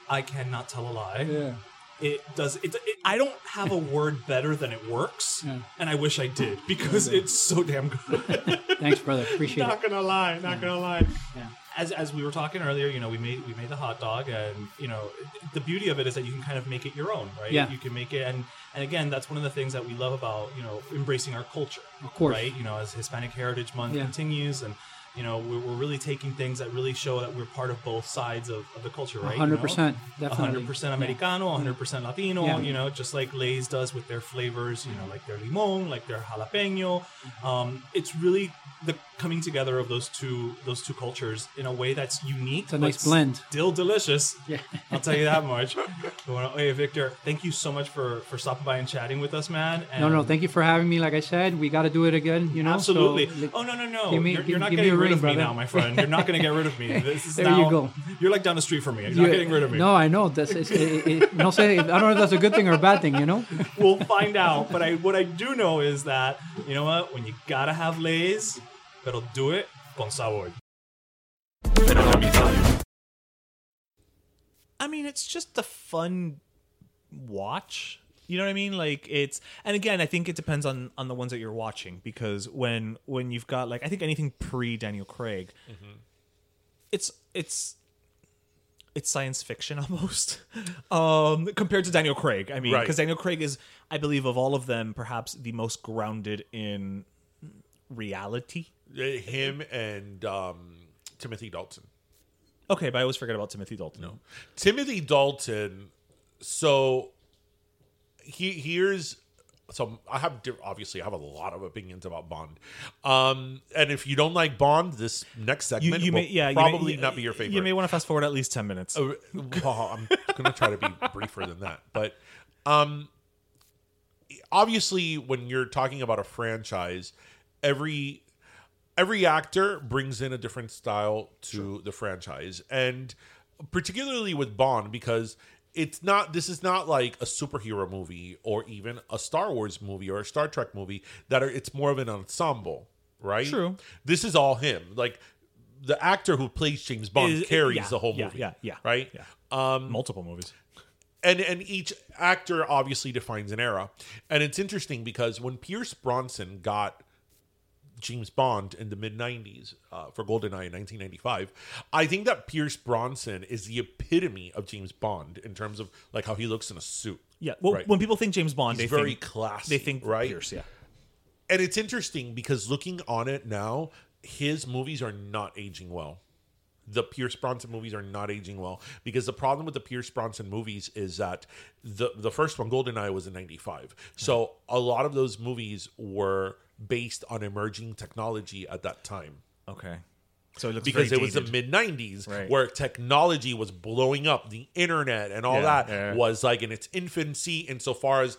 S3: I cannot tell a lie.
S4: Yeah.
S3: It does. It, it. I don't have a word better than it works,
S4: Yeah.
S3: and I wish I did because it's so damn good.
S4: Thanks, brother. Appreciate it.
S3: not gonna lie, not gonna lie.
S4: Yeah.
S3: As, as we were talking earlier, you know, we made we made the hot dog, and you know, the beauty of it is that you can kind of make it your own, right?
S4: Yeah.
S3: You can make it, and and again, that's one of the things that we love about you know embracing our culture,
S4: Of course.
S3: right? You know, as Hispanic Heritage Month
S4: Yeah.
S3: continues, and you know, we're, we're really taking things that really show that we're part of both sides of, of the culture, right? you know?
S4: 100%, definitely.
S3: 100% Americano, 100% Latino,
S4: Yeah.
S3: you know, just like Lay's does with their flavors, you know, like their limon, like their jalapeno.
S4: Mm-hmm.
S3: Um, it's really the coming together of those two those two cultures in a way that's unique.
S4: It's a nice
S3: but
S4: blend.
S3: Still delicious.
S4: Yeah.
S3: I'll tell you that much. Well, hey, Victor, thank you so much for for stopping by and chatting with us, man. And
S4: No, no. Thank you for having me. Like I said, we got to do it again. You know. so-
S3: Absolutely. oh no no no!
S4: Give me-
S3: you're,
S4: give-
S3: you're not
S4: give me
S3: getting
S4: a
S3: rid
S4: ring,
S3: of me
S4: brother.
S3: now, my friend. You're not going to get rid of me. This is
S4: There
S3: now,
S4: you go.
S3: You're like down the street from me. You're not
S4: Yeah.
S3: getting rid of me.
S4: No, I know. That's it's, it, it, no say. I don't know if that's a good thing or a bad thing. You know.
S3: we'll find out. But I what I do know is that you know what when you gotta have lays, but do it con sabor.
S5: I mean, it's just a fun watch. You know what I mean? Like it's and again, I think it depends on on the ones that you're watching because when when you've got like I think anything pre Daniel Craig,
S3: Mm-hmm.
S5: it's it's it's science fiction almost um compared to Daniel Craig. I mean,
S2: Right.
S5: because Daniel Craig is I believe of all of them perhaps the most grounded in reality.
S2: Him and um, Timothy Dalton.
S5: Okay, but I always forget about Timothy Dalton. No.
S2: Timothy Dalton. So he here's so I have di- obviously I have a lot of opinions about Bond. Um, and if you don't like Bond, this next
S5: You,
S2: segment
S5: you
S2: will
S5: may yeah you may-
S2: probably
S5: you-
S2: not be your favorite.
S5: You may want to fast forward at least ten minutes.
S2: Uh, well, I'm going to try to be briefer than that. But um, obviously, when you're talking about a franchise, every every actor brings in a different style to the franchise, and particularly with Bond because. It's not. This is not like a superhero movie or even a Star Wars movie or a Star Trek movie. That are, it's more of an ensemble, right?
S5: True.
S2: This is all him. Like the actor who plays James Bond
S5: Is-
S2: carries
S5: yeah,
S2: the whole
S5: yeah,
S2: movie.
S5: yeah, yeah,
S2: Right?
S5: yeah.
S2: Um
S5: Multiple movies.
S2: and and each actor obviously defines an era. And it's interesting because when Pierce Bronson got James Bond in the mid 90s uh, for GoldenEye in 1995, I think that Pierce Bronson is the epitome of James Bond in terms of like how he looks in a suit.
S5: Yeah. Well,
S2: Right.
S5: when people think James Bond,
S2: He's
S5: they
S2: very
S5: think
S2: classy.
S5: they think
S2: right?
S5: Pierce. Yeah.
S2: And it's interesting because looking on it now, his movies are not aging well. The Pierce Bronson movies are not aging well because the problem with the Pierce Bronson movies is that the the first one, Goldeneye, was in '95. So a lot of those movies were based on emerging technology at that time
S5: Okay. So it looks
S2: because
S5: very
S2: it was the
S5: dated.
S2: mid 90s
S5: Right.
S2: where technology was blowing up the internet and all
S5: Yeah,
S2: that
S5: yeah.
S2: was like in its infancy insofar as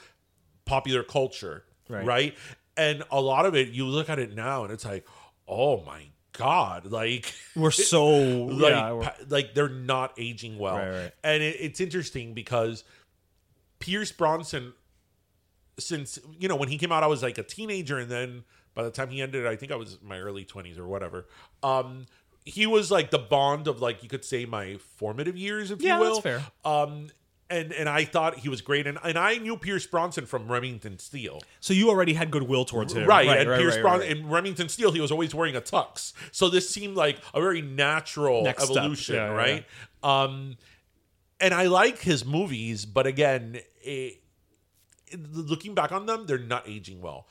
S2: popular culture
S5: Right.
S2: right. and a lot of it you look at it now and it's like oh my god like
S5: We're so
S2: like
S5: yeah, we're-
S2: pa- like they're not aging well
S5: Right, right.
S2: and it, it's interesting because Pierce Bronson, since you know when he came out, I was like a teenager, and then by the time he ended, I think I was in my early twenties or whatever. Um, he was like the bond of like you could say my formative years, if
S3: Yeah,
S2: you will.
S3: that's fair.
S2: Um, and and I thought he was great, and and I knew Pierce Bronson from Remington Steel.
S3: So you already had goodwill towards him,
S2: Right, and Pierce
S3: right,
S2: Brown
S3: right.
S2: and Remington Steele, he was always wearing a tux. So this seemed like a very natural
S3: Next step.
S2: evolution,
S3: Yeah, yeah,
S2: right? Um and I like his movies, but again, it, looking back on them, they're not aging well.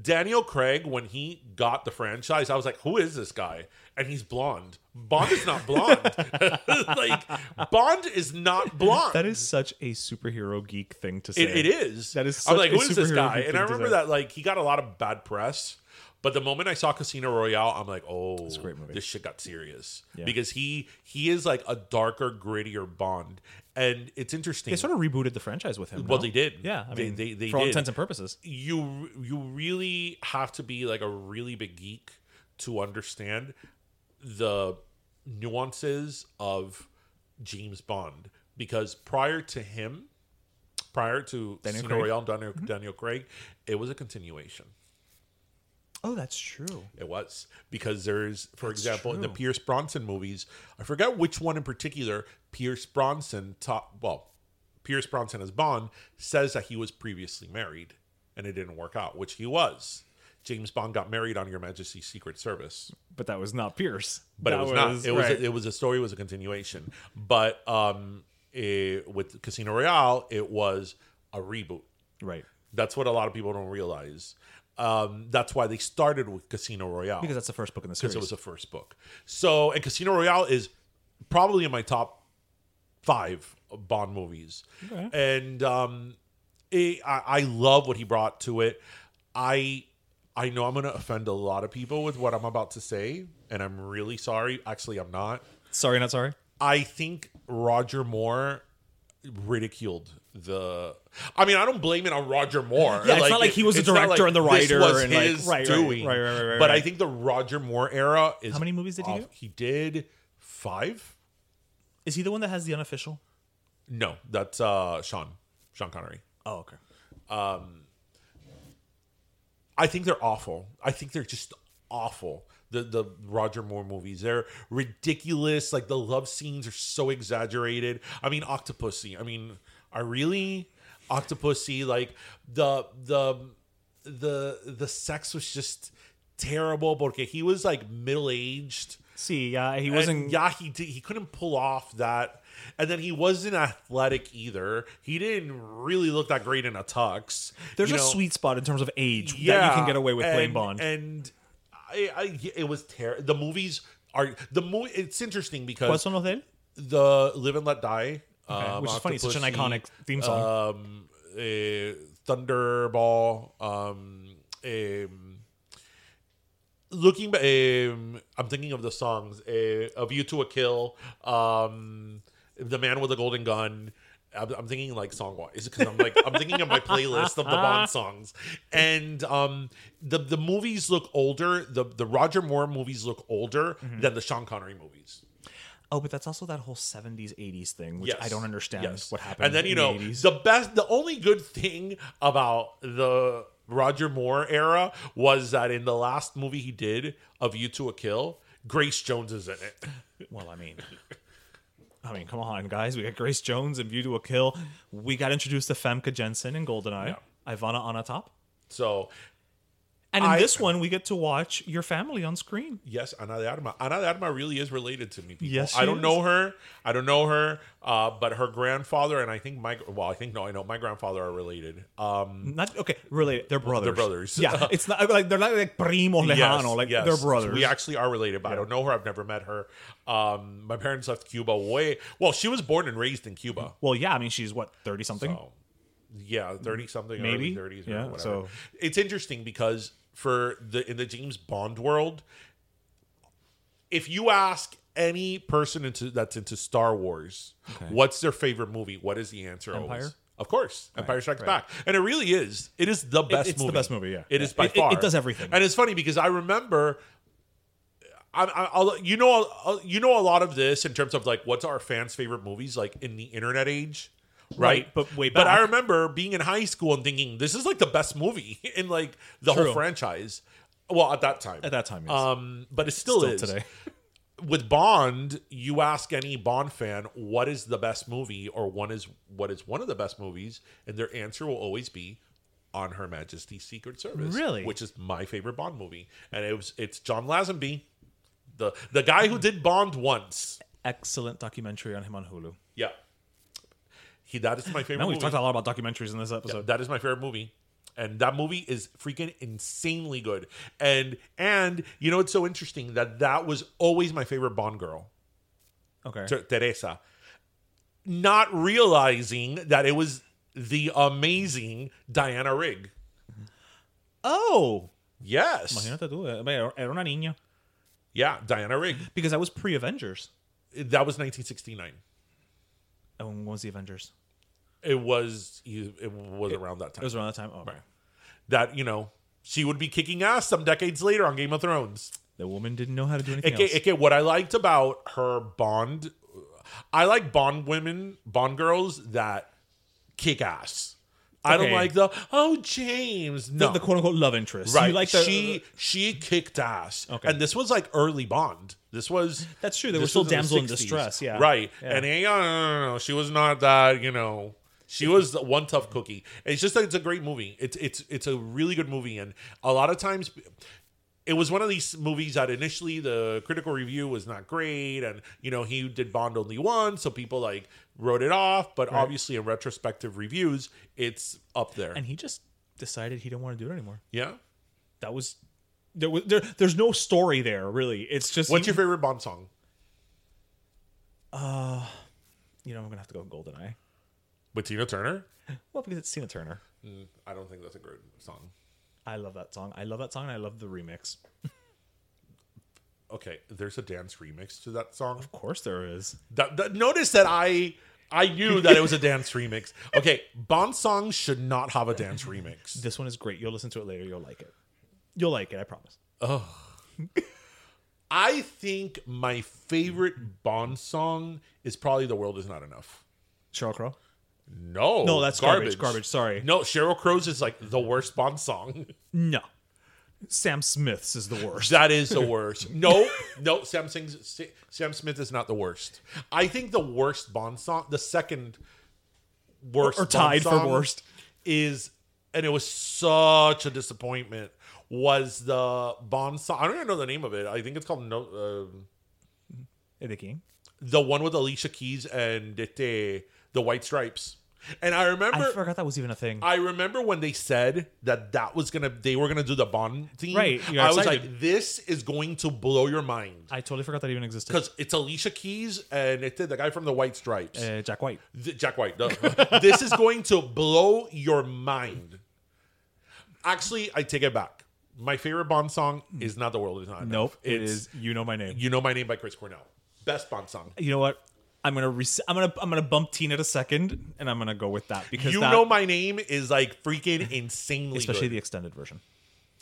S2: Daniel Craig, when he got the franchise, I was like, "Who is this guy?" And he's blonde. Bond is not blonde. like Bond is not blonde.
S3: That is such a superhero geek thing to say.
S2: It, it is.
S3: That is
S2: I'm
S3: such
S2: like,
S3: a
S2: who is this
S3: superhero
S2: guy?
S3: thing
S2: And I
S3: to
S2: remember
S3: say.
S2: that like he got a lot of bad press. But the moment I saw Casino Royale, I'm like, oh,
S3: a great movie.
S2: this shit got serious
S3: Yeah.
S2: because he he is like a darker, grittier Bond, and it's interesting.
S3: They sort of rebooted the franchise with him.
S2: Well,
S3: no?
S2: they did.
S3: Yeah, I
S2: They-
S3: mean,
S2: they- they
S3: for all
S2: did.
S3: intents and purposes.
S2: you you really have to be like a really big geek to understand the nuances of James Bond because prior to him, prior to
S3: Daniel
S2: Casino
S3: Craig.
S2: Royale, Daniel, Daniel Craig, it was a continuation.
S3: Oh, that's true.
S2: It was because there's, for example, in the Pierce Bronson movies, I forgot which one in particular. Pierce Bronson, top well, Pierce Bronson as Bond says that he was previously married and it didn't work out, which he was. James Bond got married on Your Majesty's Secret Service,
S3: But that was not Pierce.
S2: but
S3: That
S2: it was, not. It was
S3: right.
S2: a, it was a story, it was a continuation. But um, it, with Casino Royale, it was a reboot.
S3: right
S2: That's what a lot of people don't realize. Um, that's why they started with Casino Royale
S3: because that's the first book in the
S2: because
S3: series.
S2: it was the first book. So, and Casino Royale is probably in my top five Bond movies, and um, it, I, I love what he brought to it. I I know I'm going to offend a lot of people with what I'm about to say, and I'm really sorry. Actually, I'm not.
S3: sorry, not sorry.
S2: I think Roger Moore ridiculed the. I mean, I don't blame it on Roger Moore.
S3: Yeah, it's not like he was the
S2: it's not
S3: director and the
S2: this
S3: writer
S2: was
S3: and, like,
S2: his
S3: right, right,
S2: doing.
S3: right, right, right, right,
S2: But I
S3: right.
S2: think the Roger Moore era is
S3: How many movies did he do?
S2: He did five.
S3: Is he the one that has the unofficial?
S2: No, that's uh, Sean Sean Connery. Um,
S3: Oh, okay.
S2: I think they're awful. I think they're just awful. The the Roger Moore movies. They're ridiculous. Like the love scenes are so exaggerated. I mean Octopussy. I mean, I really Octopussy like the the the the sex was just terrible because he was like middle-aged
S3: See, yeah, he wasn't.
S2: and yeah, he did, he couldn't pull off that, and then he wasn't athletic either. He didn't really look that great in a tux.
S3: there's
S2: you
S3: a
S2: know?
S3: sweet spot in terms of age that you can get away with playing
S2: and-
S3: Bond.
S2: And I, I it was terrible. The movies are the movie. It's interesting because
S3: What's on Hotel?
S2: the Live and Let Die, um,
S3: which is funny, such an
S2: Octopussy,
S3: iconic theme song.
S2: Um, eh, Thunderball. Um, um, looking, ba- um, I'm thinking of the songs eh, "A View to a Kill," um, "The Man with the Golden Gun." I'm, I'm thinking like song wise because I'm like I'm thinking of my playlist of the Bond songs, and um, the the movies look older. The the Roger Moore movies look older than the Sean Connery movies.
S3: Oh, but that's also that whole 70s, 80s thing, which I don't understand
S2: Yes.
S3: what happened.
S2: And then you
S3: in
S2: know
S3: the 80s.
S2: the best, the only good thing about the Roger Moore era was that in the last movie he did of You to a Kill, Grace Jones is in it.
S3: Well, I mean, I mean, come on, guys. We got Grace Jones in View to a Kill. We got introduced to Femke Jensen in Goldeneye. Ivana on top.
S2: So
S3: And in
S2: I-
S3: this one, we get to watch your family on screen.
S2: yes, Ana de Arma. Ana de Arma really is related to me. People.
S3: Yes, she
S2: I don't
S3: is.
S2: know her. I don't know her. Uh, but her grandfather and I think my well, I think no, I know my grandfather are related. Um,
S3: Not okay, related. They're brothers.
S2: brothers.
S3: Yeah, it's not like they're not like primo lejano. like
S2: yes.
S3: they're
S2: So
S3: brothers.
S2: we actually are related, but I don't know her. I've never met her. Um, my parents left Cuba way. Well, she was born and raised in Cuba.
S3: well, yeah. I mean, she's what thirty something.
S2: So, yeah, thirty something,
S3: Maybe.
S2: early thirties,
S3: Yeah,
S2: or whatever.
S3: so-
S2: It's interesting because for the in the James Bond world, if you ask any person into that's into Star Wars, what's their favorite movie? What is the answer?
S3: Empire?
S2: Always? Of course, Empire Strikes Back, and it really is. It is the best.
S3: it's the
S2: movie.
S3: best movie, yeah.
S2: it is by
S3: It- it-
S2: far.
S3: it does everything.
S2: and it's funny because I remember I, I, I'll, you know, I'll, you know a lot of this in terms of like what's our fans' favorite movies, like in the internet age. right?
S3: but way
S2: But I
S3: back.
S2: remember being in high school and thinking this is like the best movie in like the
S3: True.
S2: whole franchise. Well, at that time,
S3: At that time, yes.
S2: um, but it still,
S3: Still
S2: is
S3: today.
S2: With Bond, you ask any Bond fan what is the best movie, or one is what is one of the best movies, and their answer will always be on Her Majesty's Secret Service,
S3: Really?
S2: which is my favorite Bond movie, and it was it's John Lazenby, the the guy who did Bond once.
S3: Excellent documentary on him on Hulu.
S2: Yeah, he that is my favorite.
S3: Now we've
S2: movie.
S3: talked a lot about documentaries in this episode.
S2: That is my favorite movie. And that movie is freaking insanely good. And and you know it's so interesting that that was always my favorite Bond girl,
S3: okay.
S2: Ter- Teresa. Not realizing that it was the amazing Diana Rigg.
S3: Oh,
S2: Yes.
S3: imagínate tú, eh, era una niña
S2: Yeah, Diana Rigg.
S3: because I was pre Avengers.
S2: That was 1969.
S3: Oh, when was the Avengers?
S2: It was it was around that
S3: It
S2: time.
S3: was around that time. Oh, okay.
S2: That, you know, she would be kicking ass some decades later on Game of Thrones.
S3: The woman didn't know how to do anything
S2: Okay,
S3: else.
S2: okay. What I liked about her Bond, I like Bond women, Bond girls that kick ass. I don't
S3: Okay.
S2: like the oh James
S3: the,
S2: no
S3: the quote unquote love interest.
S2: right.
S3: You like the,
S2: she she kicked ass.
S3: Okay.
S2: and this was like early Bond. This was
S3: That's true, they were
S2: this
S3: still
S2: was the
S3: damsel in
S2: 60s.
S3: distress, yeah.
S2: right.
S3: Yeah.
S2: And Aeon, no, no, no, no, she was not that. You know, she was the one tough cookie. It's just that it's a great movie. It's it's it's a really good movie, and a lot of times it was one of these movies that initially the critical review was not great and you know he did bond only once so people like wrote it off but obviously in retrospective reviews it's up there
S3: and he just decided he didn't want to do it anymore.
S2: yeah
S3: That was there. Was, there there's no story there really. It's just
S2: what's
S3: you,
S2: your favorite bond song
S3: you know I'm gonna have to go with Goldeneye.
S2: with tina turner
S3: Well, because it's Tina Turner.
S2: i don't think that's a good song
S3: I love that song. I love that song. and I love the remix.
S2: okay there's a dance remix to that song
S3: Of course there is.
S2: that, that- notice that i i knew that it was a dance remix okay bond songs should not have a dance remix
S3: This one is great. You'll listen to it later. You'll like it. You'll like it. I promise.
S2: I think my favorite Bond song is probably "The World Is Not Enough."
S3: Cheryl Crow.
S2: No,
S3: No, that's garbage, garbage, sorry.
S2: no, Cheryl Crow's is like the worst Bond song.
S3: No. Sam Smith's is the worst.
S2: That is the worst. No, no, Sam sings. Sam Smith is not the worst. I think the worst Bond song, the second worst,
S3: Or- or
S2: Bond
S3: tied for
S2: song
S3: worst.
S2: is, and it was such a disappointment. Was the Bond song? I don't even know the name of it. I think it's called No. um
S3: Eddie King.
S2: the one with Alicia Keys and the, the White Stripes. And I remember,
S3: I
S2: I,
S3: forgot that was even a thing.
S2: remember when they said that that was gonna, they were gonna do the Bond theme.
S3: Right, you got
S2: I was
S3: excited.
S2: like, this is going to blow your mind
S3: I totally forgot that even existed.
S2: because it's Alicia Keys and it's the guy from the White Stripes,
S3: Uh, Jack White.
S2: Th- Jack White. no. this is going to blow your mind. Actually, I take it back. My favorite Bond song is not "The World Is Not Enough."
S3: Hmm. Nope. It
S2: It's
S3: is. You know my name.
S2: "You Know My Name" by Chris Cornell. Best Bond song.
S3: you know what? I'm gonna re- I'm gonna I'm gonna bump Tina to second, and I'm gonna go with that because
S2: You
S3: that,
S2: know my name is like freaking insanely
S3: especially the
S2: good.
S3: extended version.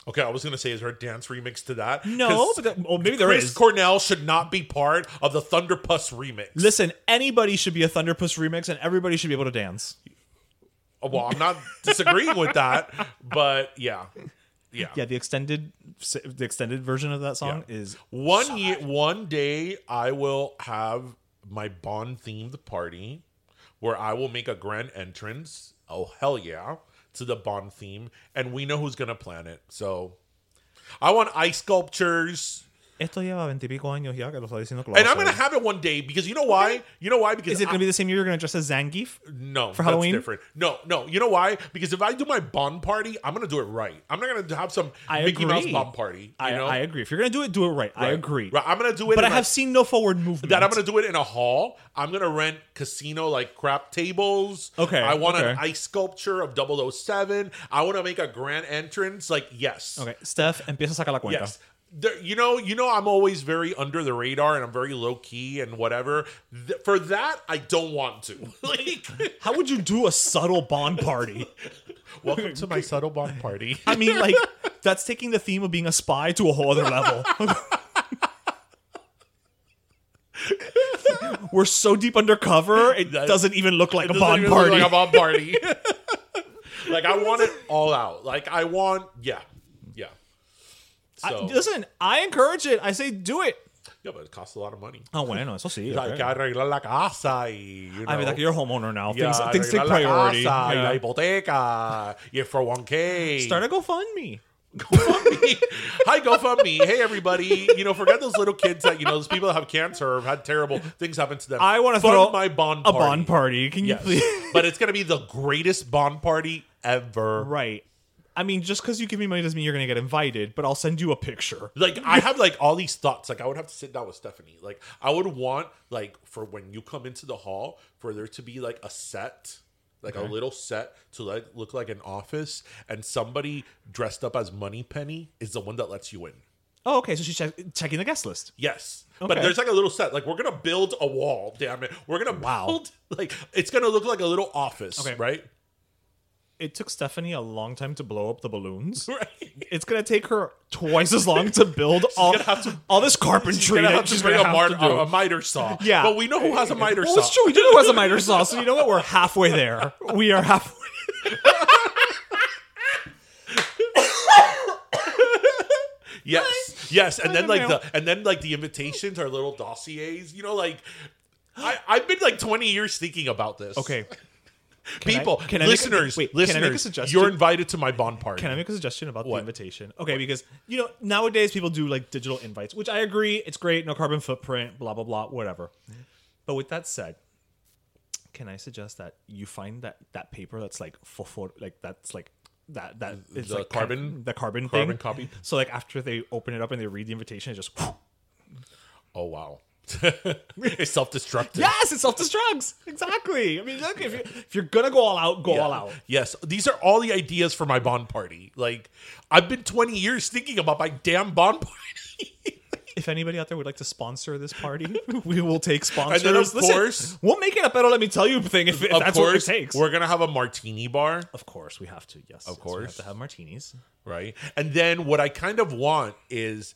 S2: okay, I was gonna say is there a dance remix to that?
S3: No,
S2: 'Cause
S3: but that- well, maybe there
S2: Chris
S3: is.
S2: Cornell should not be part of the Thunder Puss remix.
S3: Listen, anybody should be a Thunderpuss remix, and everybody should be able to dance.
S2: Oh, Well, I'm not disagreeing with that, but yeah, yeah.
S3: Yeah, the extended the extended version of that song
S2: Yeah.
S3: is
S2: One ye- one day I will have my Bond themed party where I will make a grand entrance. Oh hell yeah to the Bond theme, and we know who's gonna plan it. So I want ice sculptures.
S3: esto lleva veintipico años ya que lo está diciendo Claudio.
S2: And I'm gonna have it one day because you know why? You know why? Because
S3: Is it
S2: I-
S3: gonna be the same year you're gonna dress as Zangief?
S2: no
S3: for
S2: that's
S3: Halloween?
S2: different. No, no. You know why? Because if I do my Bond party, I'm gonna do it right. I'm not gonna have some
S3: I
S2: Mickey
S3: agree.
S2: Mouse Bond party. You
S3: I,
S2: know,
S3: I agree. If you're gonna do it, do it right. I
S2: Right.
S3: agree.
S2: Right. I'm gonna do it.
S3: but I
S2: in
S3: have
S2: a-
S3: seen no forward movement.
S2: that. I'm gonna do it in a hall. I'm gonna rent casino like crap tables.
S3: Okay,
S2: I want an
S3: okay.
S2: ice sculpture of 007. I want to make a grand entrance. Like yes.
S3: Okay, Steph, empieza a sacar la cuenta.
S2: Yes. There, you know, you know, I'm always very under the radar and I'm very low key and whatever. Th- for that, I don't want to. like,
S3: How would you do a subtle Bond party?
S2: welcome to my subtle bond party.
S3: I mean, like that's taking the theme of being a spy to a whole other level. we're so deep undercover, it
S2: That-
S3: doesn't even look like a
S2: It doesn't
S3: bond
S2: even look
S3: party.
S2: Like a bomb party. like I want it all out. Like I want, yeah, yeah.
S3: I-
S2: So
S3: listen, I encourage it. I say do it.
S2: yeah, but it costs a lot of money.
S3: Oh, bueno, eso sí.
S2: Hay que arreglar la casa y, you know,
S3: I mean, like you're a homeowner now.
S2: yeah,
S3: things, things
S2: arreglar la
S3: take priority.
S2: casa y
S3: Yeah.
S2: La hipoteca, your 401k.
S3: Start a GoFundMe.
S2: GoFundMe. Hi, GoFundMe. Hey, everybody. You know, forget those little kids that, you know, those people that have cancer or have had terrible things happen to them.
S3: I want to
S2: Fund
S3: throw
S2: my bond
S3: a
S2: party.
S3: bond party. Can you
S2: Yes.
S3: please?
S2: but it's going to be the greatest bond party ever.
S3: right. I mean, just because you give me money doesn't mean you're going to get invited. But I'll send you a picture.
S2: Like I have like all these thoughts. Like I would have to sit down with Stephanie. Like I would want like for when you come into the hall for there to be like a set, like a little set to like look like an office, and somebody dressed up as Money Penny is the one that lets you in.
S3: Oh, okay. So she's check- checking the guest list.
S2: Yes. But
S3: Okay.
S2: there's like a little set. Like we're gonna build a wall. Damn it. We're gonna build like it's gonna look like a little office,
S3: Okay.
S2: right?
S3: It took Stephanie a long time to blow up the balloons.
S2: Right.
S3: It's gonna take her twice as long to build all,
S2: gonna have to-
S3: all this carpentry
S2: She's gonna
S3: that
S2: have to
S3: she's
S2: bring
S3: gonna
S2: a,
S3: have
S2: mar-
S3: to do.
S2: a, a miter saw.
S3: Yeah.
S2: But we know who has a miter
S3: well,
S2: saw.
S3: it's true. We do know who has a miter saw, so you know what? We're halfway there. We are halfway.
S2: Yes, yes, and then
S3: don't
S2: like
S3: know.
S2: the and then like the invitations are little dossiers. You know, like I I've been like twenty years thinking about this.
S3: Okay. I-
S2: people,
S3: can I make a-
S2: listeners,
S3: wait, can I make a
S2: listeners,
S3: suggestion?
S2: you're invited to my bond party.
S3: Can I make a suggestion about
S2: What?
S3: the invitation? Okay, because you know nowadays people do like digital invites, which I agree, it's great, no carbon footprint, blah blah blah, whatever. But with that said, can I suggest that you find that that paper that's like for, for like that's like that that it's
S2: The
S3: like kind of-
S2: carbon-
S3: the carbon
S2: carbon
S3: thing.
S2: copy?
S3: So like after they open it up and they read the invitation, it just
S2: oh wow, it's self destructive.
S3: yes, it self destructs exactly. I mean, look if you're, if you're gonna go all out, go all out.
S2: Yes, these are all the ideas for my bond party. Like I've been twenty years thinking about my damn bond party.
S3: if anybody out there would like to sponsor this party, we will take sponsors.
S2: And then, of
S3: Listen,
S2: course-
S3: we'll make it a better let me tell you thing if, if
S2: Of
S3: that's what it
S2: course,
S3: takes.
S2: we're gonna have a martini bar.
S3: of course, we have to. Yes, of we
S2: course.
S3: have to have martinis.
S2: right? And then what I kind of want is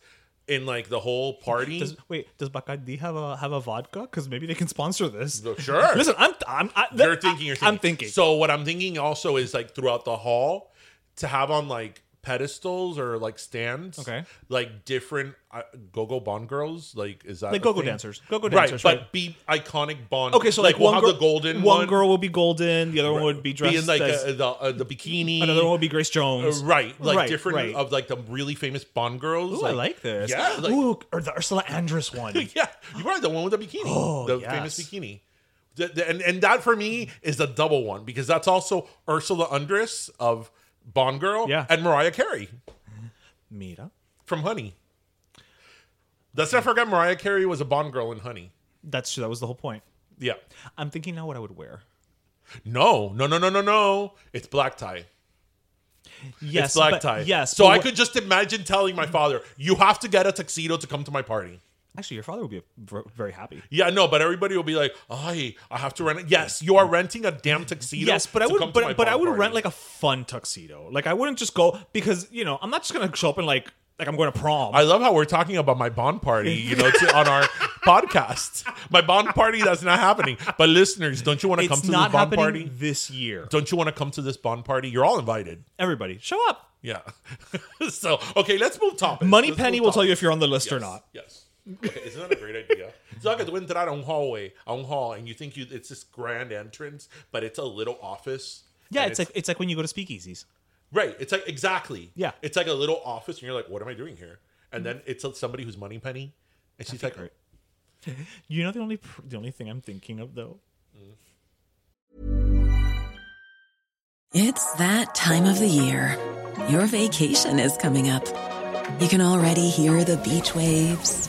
S2: in like the whole party.
S3: Does, wait, does Bacardi have a have a vodka? Because maybe they can sponsor this.
S2: sure.
S3: Listen, I'm I'm I,
S2: you're thinking, you're thinking.
S3: I'm thinking.
S2: So what I'm thinking also is like throughout the hall to have on like pedestals or like stands.
S3: Okay.
S2: Like different uh, go-go Bond girls. Like is that
S3: Like
S2: a
S3: go-go
S2: thing?
S3: dancers. Go-go dancers,
S2: Right,
S3: right.
S2: but be iconic Bond.
S3: okay, so like,
S2: we'll
S3: one
S2: have
S3: girl,
S2: the golden
S3: one,
S2: one.
S3: girl will be golden, the other one would be dressed
S2: Be in like
S3: as
S2: uh, the uh, the bikini.
S3: another one would be Grace Jones.
S2: Uh, right, like
S3: Right,
S2: different
S3: right.
S2: of like the really famous Bond girls.
S3: Ooh, I like this.
S2: Yeah, like-
S3: Ooh, or the Ursula Andress one.
S2: Yeah, you are the one with the bikini,
S3: Oh,
S2: the
S3: yes.
S2: famous bikini. The- the- and, and that for me is the double one because that's also Ursula Andress of Bond Girl
S3: Yeah.
S2: and Mariah Carey
S3: Mira,
S2: from Honey. Let's not forget Mariah Carey was a Bond Girl in Honey.
S3: that's true. That was the whole point.
S2: Yeah.
S3: I'm thinking now what I would wear.
S2: No, no, no, no, no, no. It's black tie.
S3: Yes,
S2: it's black
S3: but-
S2: tie.
S3: Yes,
S2: So
S3: but
S2: I
S3: what-
S2: could just imagine telling my father, you have to get a tuxedo to come to my party.
S3: Actually, your father would be ver- very happy.
S2: Yeah, no, but everybody will be like, "I, I have to rent." It. Yes, you are renting a damn tuxedo.
S3: yes, but I
S2: to come
S3: would,
S2: to
S3: but,
S2: my
S3: but I
S2: bond
S3: would
S2: party.
S3: rent like a fun tuxedo. Like I wouldn't just go because you know I'm not just gonna show up and like like I'm going to prom.
S2: I love how we're talking about my bond party, you know, to, on our podcast. My bond party that's not happening. But listeners, don't you want to
S3: it's
S2: come to this
S3: not
S2: bond
S3: happening
S2: party?
S3: this year.
S2: Don't you want to come to this bond party? You're all invited.
S3: Everybody, show up.
S2: Yeah. so okay, let's move topics.
S3: Money
S2: Let's
S3: Penny
S2: move
S3: will tell you
S2: topics.
S3: if you're on the list or
S2: Yes,
S3: not.
S2: Yes. Okay, isn't that a great idea? So I could entrar a un hallway, a un hall, and you think you it's this grand entrance, but it's a little office.
S3: Yeah,
S2: and
S3: it's, like it's like when you go to speakeasies.
S2: Right. It's like exactly.
S3: Yeah.
S2: It's like a little office, and you're like, "What am I doing here?" And then it's somebody who's money penny, and she's like,
S3: You know the only pr- the only thing I'm thinking of though.
S6: It's that time of the year. Your vacation is coming up. You can already hear the beach waves,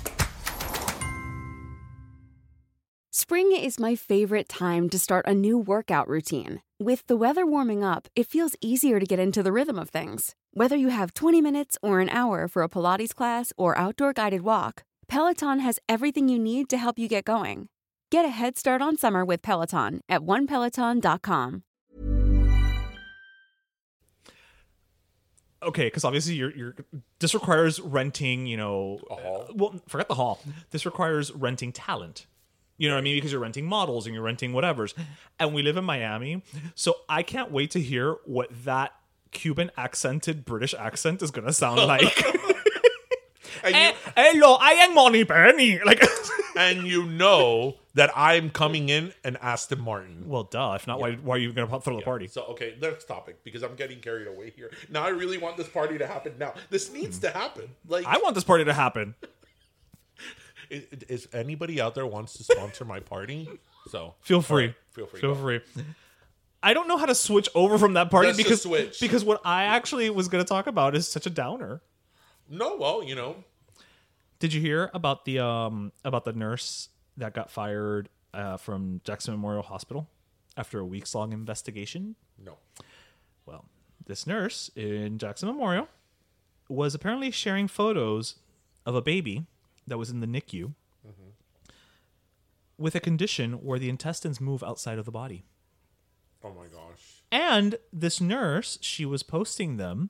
S7: Spring is my favorite time to start a new workout routine. With the weather warming up, it feels easier to get into the rhythm of things. Whether you have 20 minutes or an hour for a Pilates class or outdoor guided walk, Peloton has everything you need to help you get going. Get a head start on summer with Peloton at onepeloton.com.
S3: okay, because obviously you're you're this requires renting, you know,
S2: hall?
S3: uh, well, forget the hall. This requires renting talent. You know what I mean? Because you're renting models and you're renting whatever's. And we live in Miami, so I can't wait to hear what that Cuban accented British accent is gonna sound like.
S2: And
S3: Eh,
S2: you,
S3: Hello, I am Money Bernie. Like,
S2: and you know that I'm coming in an Aston Martin.
S3: well, duh. If not, why, why are you gonna throw the party?
S2: So okay, next topic because I'm getting carried away here. Now I really want this party to happen. Now this needs to happen. Like,
S3: I want this party to happen.
S2: is, is anybody out there wants to sponsor my party? So
S3: Feel free.
S2: feel free.
S3: Feel free. I don't know how to switch over from that party
S2: Let's just
S3: because
S2: switch.
S3: because what I actually was going to talk about is such a downer.
S2: no, well, you know,
S3: Did you hear about the um about the nurse that got fired uh, from Jackson Memorial Hospital after a weeks long investigation?
S2: no.
S3: Well, this nurse in Jackson Memorial was apparently sharing photos of a baby that was in the NICU
S2: Mm-hmm.
S3: with a condition where the intestines move outside of the body.
S2: Oh my gosh.
S3: And this nurse, she was posting them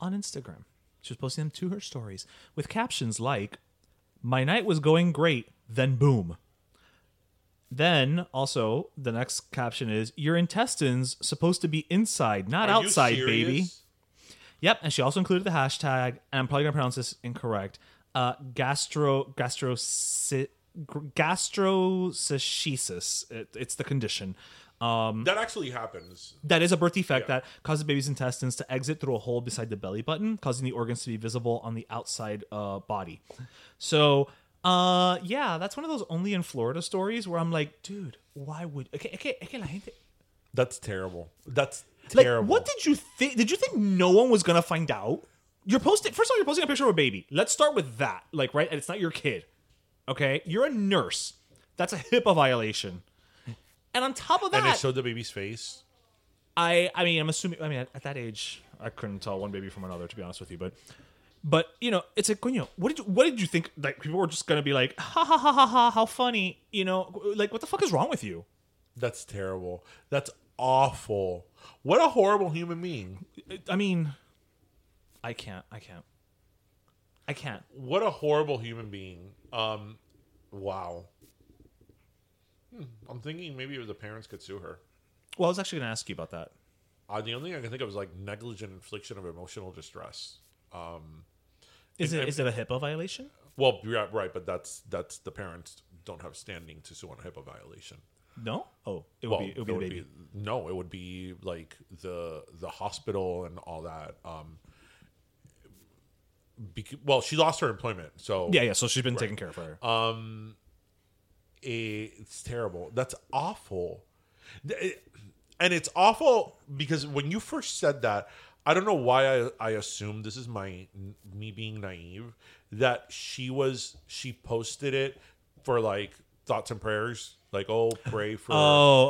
S3: on Instagram. She was posting them to her stories with captions like, My night was going great, then boom. Then also, the next caption is, Your intestines supposed to be inside, not
S2: Are you
S3: outside,
S2: serious?
S3: baby. Yep. And she also included the hashtag, and I'm probably going to pronounce this incorrect uh, gastro, gastro, gastroschisis. It, it's the condition. Um,
S2: That actually happens.
S3: that is a birth defect that causes the baby's intestines to exit through a hole beside the belly button, causing the organs to be visible on the outside uh, body. So, uh, yeah, that's one of those only in Florida stories where I'm like, dude, why would okay, okay, okay, la gente-
S2: That's terrible. That's
S3: like,
S2: terrible.
S3: what did you think? Did you think no one was gonna find out? You're posting first of all, you're posting a picture of a baby. Let's start with that, like, right? And it's not your kid, okay? You're a nurse. That's a HIPAA violation. And on top of that,
S2: and it showed the baby's face.
S3: I I mean I'm assuming I mean at, at that age I couldn't tell one baby from another to be honest with you but but you know it's like coño what did you what did you think like people were just gonna be like ha ha ha ha ha how funny you know like what the fuck is wrong with you
S2: That's terrible. That's awful. What a horrible human being.
S3: I mean I can't I can't I can't
S2: What a horrible human being. Um, wow. Hmm, I'm thinking maybe the parents could sue her.
S3: well I was actually gonna ask you about that
S2: Uh, the only thing I can think of is like negligent infliction of emotional distress. Um,
S3: is
S2: If-
S3: it is it a HIPAA violation
S2: well, yeah, right, but that's that's the parents don't have standing to sue on a HIPAA violation.
S3: no oh it would
S2: Well,
S3: be it would be the baby
S2: no, it would be like the the hospital and all that. Um, bec- well, she lost her employment, so
S3: yeah yeah so she's been taken care of her
S2: it's terrible. That's awful. Th- it- And it's awful because when you first said that, I don't know why I, I assumed this is my me being naive that she was she posted it for like thoughts and prayers like oh pray for
S3: oh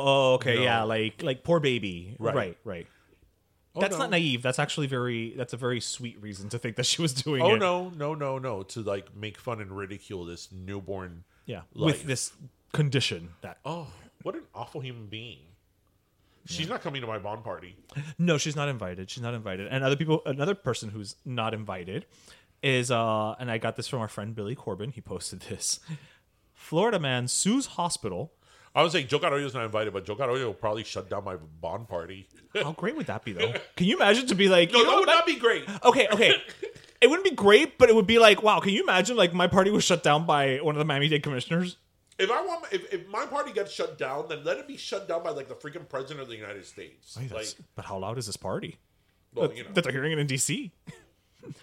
S3: oh okay
S2: No.
S3: yeah like like poor baby
S2: Right.
S3: right, right.
S2: Oh,
S3: that's
S2: no.
S3: not naive. That's actually very. That's a very sweet reason to think that she was doing it.
S2: oh no no no no to like make fun and ridicule this newborn
S3: Yeah,
S2: Like-
S3: with this condition that.
S2: oh what an awful human being she's not coming to my bond party
S3: No, she's not invited. She's not invited. And other people, another person who's not invited is uh, and I got this from our friend Billy Corbin. He posted this. Florida man sues hospital.
S2: I was saying Joe Carollo's not invited but Joe Carollo will probably shut down my bond party
S3: How great would that be though? Can you imagine to be like?
S2: No,
S3: you know
S2: that
S3: what,
S2: would
S3: man?
S2: not be great.
S3: Okay, okay. It wouldn't be great, but it would be like, wow, can you imagine like my party was shut down by one of the Miami Dade commissioners?
S2: If I want, if, if my party gets shut down, then let it be shut down by like the freaking president of the United States. like,
S3: That's- but how loud is this party?
S2: well, you know,
S3: that they're hearing it in DC. um,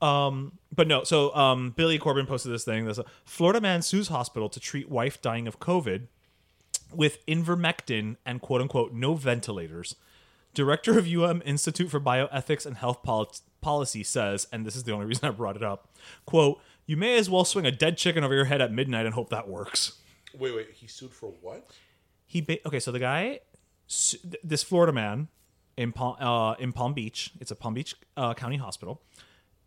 S3: but no. So um, Billy Corbin posted this thing. This uh, Florida man sues hospital to treat wife dying of COVID with invermectin and quote unquote no ventilators. Director of UM Institute for Bioethics and Health Pol- Policy says, and this is the only reason I brought it up. Quote: You may as well swing a dead chicken over your head at midnight and hope that works.
S2: Wait, wait. He sued for what?
S3: he ba- okay so the guy su- th- this florida man in palm uh, in palm beach it's a palm beach uh, county hospital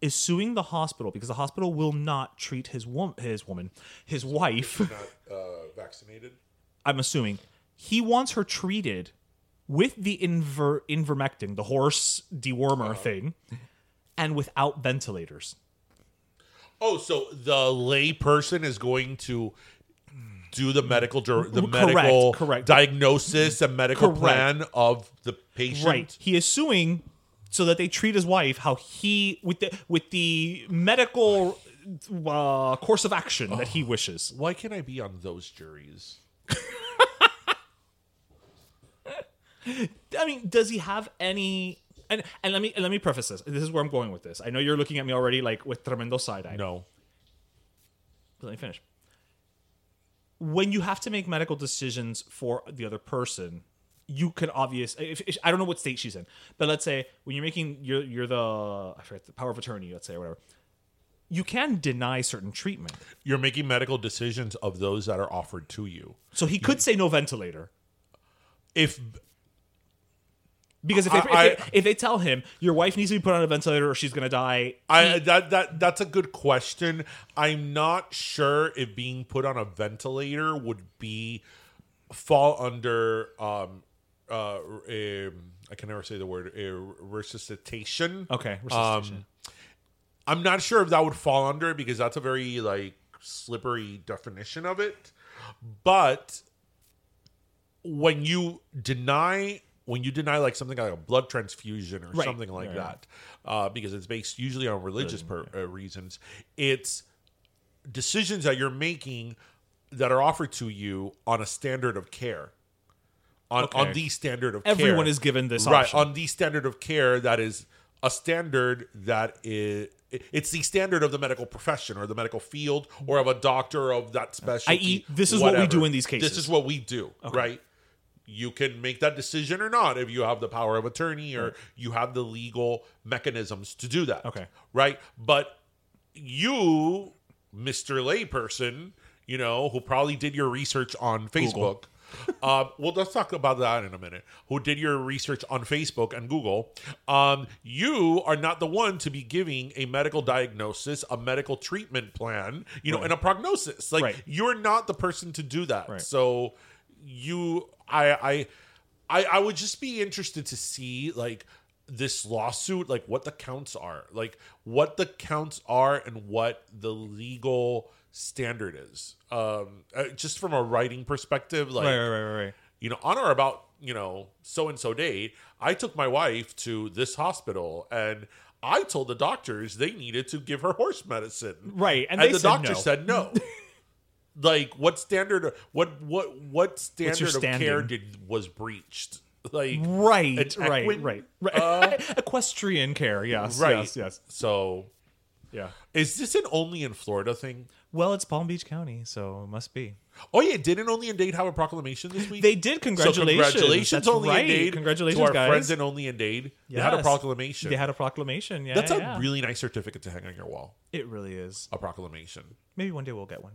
S3: is suing the hospital because the hospital will not treat his woman his woman his wife
S2: Not uh, vaccinated.
S3: i'm assuming he wants her treated with the inver invermectin the horse dewormer thing and without ventilators
S2: Oh, so the lay person is going to do the medical dir- the
S3: Correct,
S2: medical
S3: correct.
S2: diagnosis and medical
S3: Correct.
S2: plan of the patient.
S3: Right. He is suing so that they treat his wife how he with the with the medical uh, course of action that he wishes.
S2: Why can't I be on those juries?
S3: I mean, does he have any? And, and let me and let me preface this. This is where I'm going with this. I know you're looking at me already like with tremendo side eye.
S2: No.
S3: But let me finish. When you have to make medical decisions for the other person, you can obvious. If, if- I don't know what state she's in, but let's say when you're making you're you're the I forget the power of attorney, let's say or whatever, you can deny certain treatment.
S2: You're making medical decisions of those that are offered to you.
S3: So he could say no ventilator
S2: If
S3: because if they,
S2: I-
S3: if, they, if they tell him your wife needs to be put on a ventilator or she's gonna die,
S2: I that that that's a good question. I'm not sure if being put on a ventilator would be fall under um uh um, I can never say the word uh, resuscitation.
S3: okay, we're
S2: Um, I'm not sure if that would fall under it because that's a very like slippery definition of it. But when you deny when you deny like something like a blood transfusion or
S3: Right.
S2: something like
S3: Yeah, yeah.
S2: that, uh, because it's based usually on religious per, uh, reasons, it's decisions that you're making that are offered to you on a standard of care. On, on
S3: Okay.
S2: the standard of care.
S3: Everyone is given this
S2: right,
S3: option.
S2: on the standard of care that is a standard that is it's the standard of the medical profession or the medical field or of a doctor of that specialty.
S3: I.e., E, this is what we do in these
S2: This
S3: cases.
S2: is what we do, right? You can make that decision or not if you have the power of attorney or you have the legal mechanisms to do that.
S3: Okay.
S2: Right? But you, Mr. Layperson, you know, who probably did your research on Facebook. um, well, let's talk about that in a minute. Who did your research on Facebook and Google? Um, you are not the one to be giving a medical diagnosis, a medical treatment plan, you know, and a prognosis. Like
S3: Right.
S2: you're not the person to do that.
S3: Right.
S2: So you, I, I, I, I would just be interested to see like this lawsuit, like what the counts are, like what the counts are, and what the legal standard is. Um, uh, just from a writing perspective, like
S3: right, right, right, right, right.
S2: you know, on or about, you know, so and so date, I took my wife to this hospital and I told the doctors they needed to give her horse medicine.
S3: Right, and they
S2: the
S3: said
S2: doctor
S3: no.
S2: said no. like what standard what what what standard of care
S3: standing?
S2: did was breached? Like
S3: Right,
S2: an
S3: right,
S2: equine?
S3: right, right. Equestrian care, yes,
S2: Right.
S3: yes, yes,
S2: So
S3: yeah.
S2: is this an only in Florida thing?
S3: Well, it's Palm Beach County, so it must be.
S2: Oh yeah, didn't only in Dade have a proclamation this week?
S3: They did. Congratulations,
S2: So congratulations,
S3: That's
S2: only
S3: right.
S2: in Dade.
S3: Congratulations,
S2: to our
S3: guys.
S2: friends in only in Dade. They had a
S3: Yes.
S2: proclamation.
S3: They had a proclamation. Yeah,
S2: That's a
S3: yeah.
S2: really nice certificate to hang on your wall.
S3: It really is.
S2: A proclamation.
S3: Maybe one day we'll get one.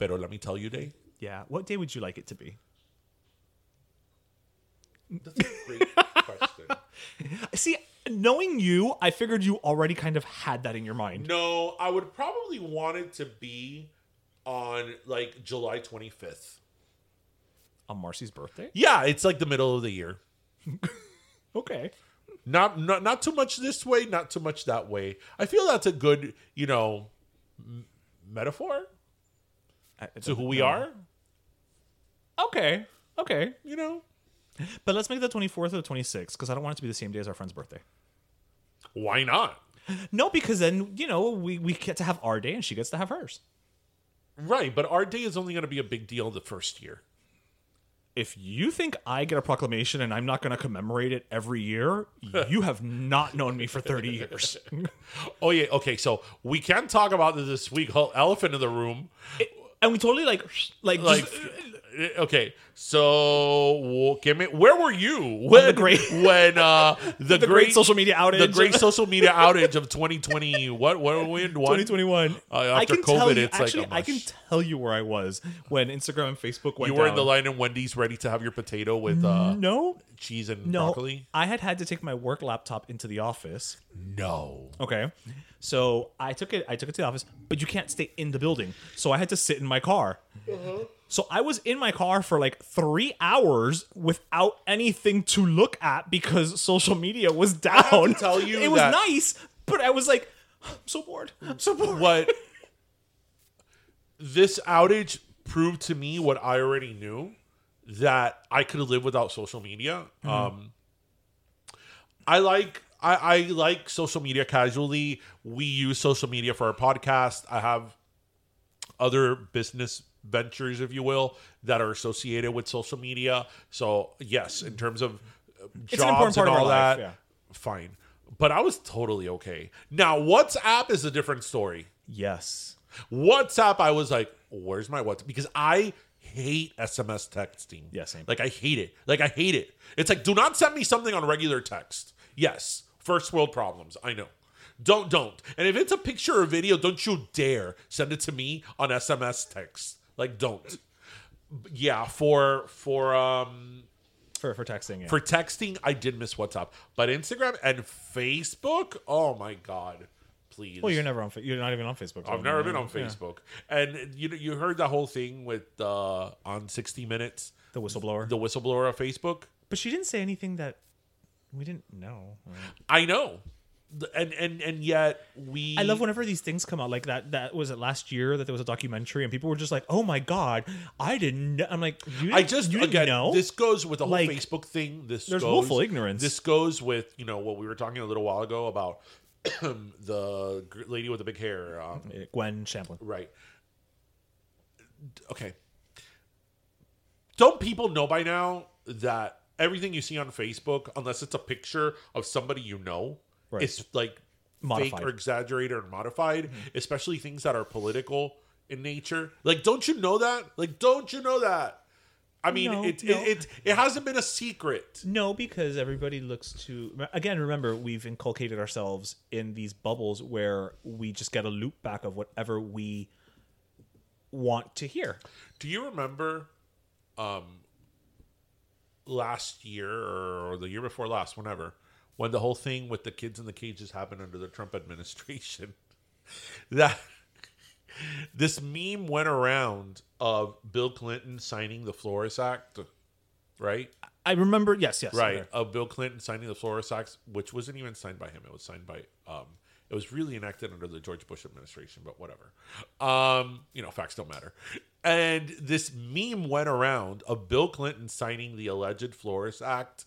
S2: Pero let me tell you, Day.
S3: Yeah. What day would you like it to be?
S2: That's a great question.
S3: See, knowing you, I figured you already kind of had that in your mind.
S2: No, I would probably want it to be on like July 25th.
S3: On Marcy's birthday.
S2: Yeah, it's like the middle of the year.
S3: Okay.
S2: Not not not too much this way, not too much that way. I feel that's a good, you know, m- metaphor to who we are,
S3: Okay. Okay.
S2: you know.
S3: But let's make that 24th or the 26th because I don't want it to be the same day as our friend's birthday.
S2: Why not?
S3: No, because then, you know, we, we get to have our day and she gets to have hers.
S2: Right, but our day is only going to be a big deal the first year.
S3: If you think I get a proclamation and I'm not going to commemorate it every year, you have not known me for 30 years.
S2: Oh yeah, okay. So we can talk about this this week. Whole elephant in the room,
S3: and we totally like, like,
S2: like
S3: just- uh,
S2: eh, okay, so wh- give me, where were you when
S3: the great-
S2: when uh, the,
S3: The great social media
S2: the
S3: outage.
S2: great social media outage of 2020? What what were we in one?
S3: 2021.
S2: Uh, after COVID,
S3: tell you,
S2: it's like oh
S3: actually,
S2: a
S3: I can
S2: mush.
S3: tell you where I was when Instagram and Facebook went.
S2: You were in
S3: down.
S2: the line in Wendy's, ready to have your potato with uh,
S3: No,
S2: cheese and
S3: no.
S2: broccoli.
S3: I had had to take my work laptop into the office.
S2: No,
S3: Okay, so I took it. I took it to the office, but you can't stay in the building, so I had to sit in my car.
S2: Mm-hmm.
S3: So I was in my car for like three hours without anything to look at because social media was down.
S2: tell you
S3: it was
S2: that-
S3: nice, but I was like, I'm so bored. I'm so bored.
S2: what this outage proved to me what I already knew that I could live without social media.
S3: Mm-hmm.
S2: Um, I like. I, I like social media casually. We use social media for our podcast. I have other business ventures, if you will, that are associated with social media. So yes, in terms of uh,
S3: It's an important
S2: jobs and
S3: part of
S2: all
S3: our life,
S2: that,
S3: yeah.
S2: fine. But I was totally okay. Now WhatsApp is a different story.
S3: Yes.
S2: WhatsApp, I was like, where's my WhatsApp? Because I hate SMS texting.
S3: Yeah, same.
S2: Like, I hate it. Like, I hate it. It's like, do not send me something on regular text. Yes, first world problems. I know. Don't, don't. And if it's a picture or video, don't you dare send it to me on SMS text. Like, don't. But Yeah, for, for, um,
S3: For for texting. Yeah.
S2: for texting, I did miss WhatsApp, but Instagram and Facebook, oh my God, please.
S3: well, you're never on. Fa- You're not even on Facebook. so
S2: I've never
S3: yeah.
S2: been on
S3: Yeah.
S2: Facebook, and you know you heard the whole thing with uh, on sixty Minutes,
S3: The whistleblower.
S2: the whistleblower of Facebook.
S3: but she didn't say anything that we didn't know.
S2: I know, Th- and and and yet we.
S3: I love whenever these things come out like that. That was it last year that there was a documentary and people were just like, "Oh my god, I didn't." Know. I'm like, you
S2: I
S3: didn't-
S2: just
S3: you didn't
S2: again
S3: know
S2: this goes with the whole
S3: Like,
S2: Facebook thing. This
S3: there's
S2: goes,
S3: willful ignorance.
S2: This goes with you know what we were talking a little while ago about the gr- lady with the big hair. Um,
S3: Uh, Gwen Champlin.
S2: Right. D- Okay. Don't people know by now that everything you see on Facebook, unless it's a picture of somebody you know,
S3: Right.
S2: is like
S3: Modified. Mm-hmm.
S2: fake or exaggerated or modified, especially things that are political in nature? Like, don't you know that? Like, don't you know that? I mean,
S3: No,
S2: it,
S3: no.
S2: it it it hasn't been a secret.
S3: No, because everybody looks to again. Remember, we've inculcated ourselves in these bubbles where we just get a loop back of whatever we want to hear.
S2: Do you remember um last year or, or the year before last, whenever, when the whole thing with the kids in the cages happened under the Trump administration? that this meme went around of Bill Clinton signing the Flores Act, right?
S3: I remember. Yes, yes,
S2: right
S3: okay.
S2: of Bill Clinton signing the Flores Act, which wasn't even signed by him. It was signed by um, it was really enacted under the George Bush administration, but whatever. Um, you know, facts don't matter. And this meme went around of Bill Clinton signing the alleged Flores Act,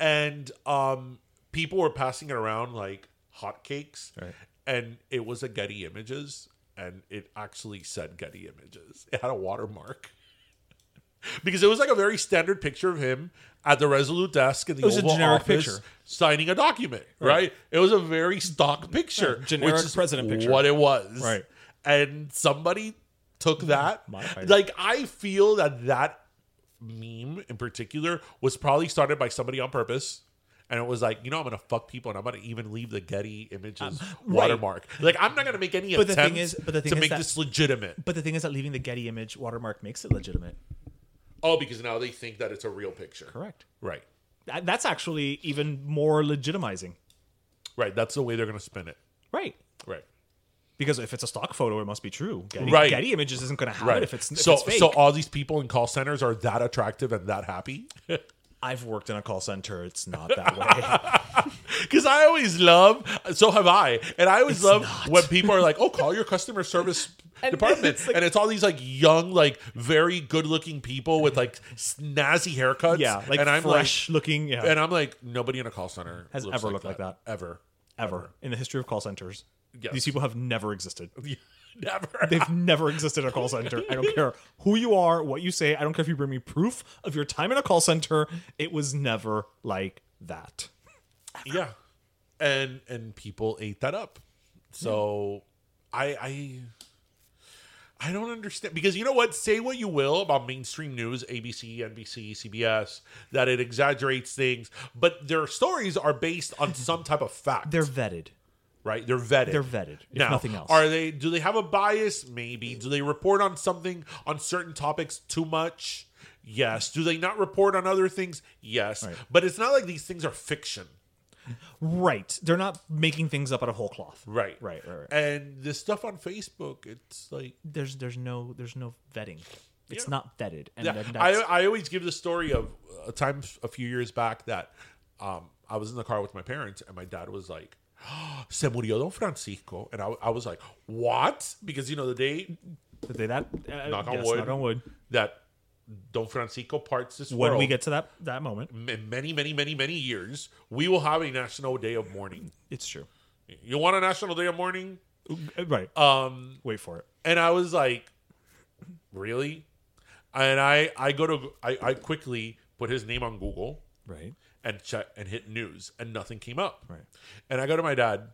S2: and um, people were passing it around like hotcakes,
S3: Right.
S2: and it was a Getty Images, and it actually said Getty Images. It had a watermark because it was like a very standard picture of him at the Resolute desk in the
S3: It was a
S2: Oval
S3: generic
S2: Office
S3: picture.
S2: signing a document, right. It was a very stock picture,
S3: Yeah, generic president picture.
S2: what it was,
S3: Right. Mm-hmm.
S2: And somebody took that.
S3: Modified it.
S2: Like I feel that that meme in particular was probably started by somebody on purpose. And it was like, you know, I'm gonna fuck people, and I'm gonna even leave the Getty images watermark. Like, I'm not gonna make any
S3: Uh, But the
S2: attempt
S3: thing is- but the thing
S2: to
S3: is
S2: make
S3: that-
S2: this legitimate.
S3: But the thing is that leaving the Getty image watermark makes it legitimate.
S2: Oh, because now they think that it's a real picture.
S3: Correct.
S2: Right.
S3: That, that's actually even more legitimizing.
S2: Right. That's the way they're going to spin it.
S3: Right.
S2: Right.
S3: Because if it's a stock photo, it must be true. Getty,
S2: Right.
S3: Getty Images isn't going to have
S2: Right.
S3: it if it's, if
S2: so,
S3: it's fake.
S2: so all these people in call centers are that attractive and that happy.
S3: I've worked in a call center. It's not that way.
S2: Because I always love, so have I, and I always
S3: It's
S2: love
S3: not.
S2: when people are like, "Oh, call your customer service department,"
S3: it's like-
S2: and it's all these like young, like very good-looking people with like snazzy haircuts.
S3: yeah. Like
S2: and I'm
S3: fresh
S2: like,
S3: looking. Yeah.
S2: and I'm like, nobody in a call center
S3: Has
S2: looks
S3: ever looked like that.
S2: ever,
S3: ever in the history of call centers.
S2: Yes.
S3: These people have never existed.
S2: never.
S3: They've never existed in a call center. I don't care who you are, what you say. I don't care if you bring me proof of your time in a call center. It was never like that.
S2: yeah and and people ate that up so i i I don't understand because you know what? Say what you will about mainstream news, ABC, NBC, CBS, that it exaggerates things, but their stories are based on some type of fact.
S3: They're vetted.
S2: right. They're vetted.
S3: They're vetted. If
S2: Now,
S3: nothing else.
S2: Are they? Do they have a bias? Maybe. Do they report on something on certain topics too much? Yes. Do they not report on other things? Yes. But it's not like these things are fiction.
S3: Right. They're not making things up out of whole cloth.
S2: Right.
S3: Right. Right. right.
S2: And the stuff on Facebook, it's like
S3: There's there's no there's no vetting. It's not vetted. And
S2: yeah,
S3: then
S2: I,
S3: that's,
S2: I always give the story of a time a few years back that um, I was in the car with my parents and my dad was like, Se murió Don Francisco. And I, I was like, What? Because, you know, the day
S3: did they that uh,
S2: Knock on
S3: yes,
S2: wood.
S3: Knock on wood.
S2: that Don Francisco parts this
S3: When
S2: world,
S3: we get to that that moment,
S2: m- many, many, many, many years, we will have a national day of mourning.
S3: it's true.
S2: You want a national day of mourning?
S3: Uh, Right.
S2: Um,
S3: Wait for it.
S2: and I was like, Really? And I, I go to, I, I quickly put his name on Google.
S3: Right.
S2: and check and hit news and nothing came up.
S3: Right.
S2: And I go to my dad.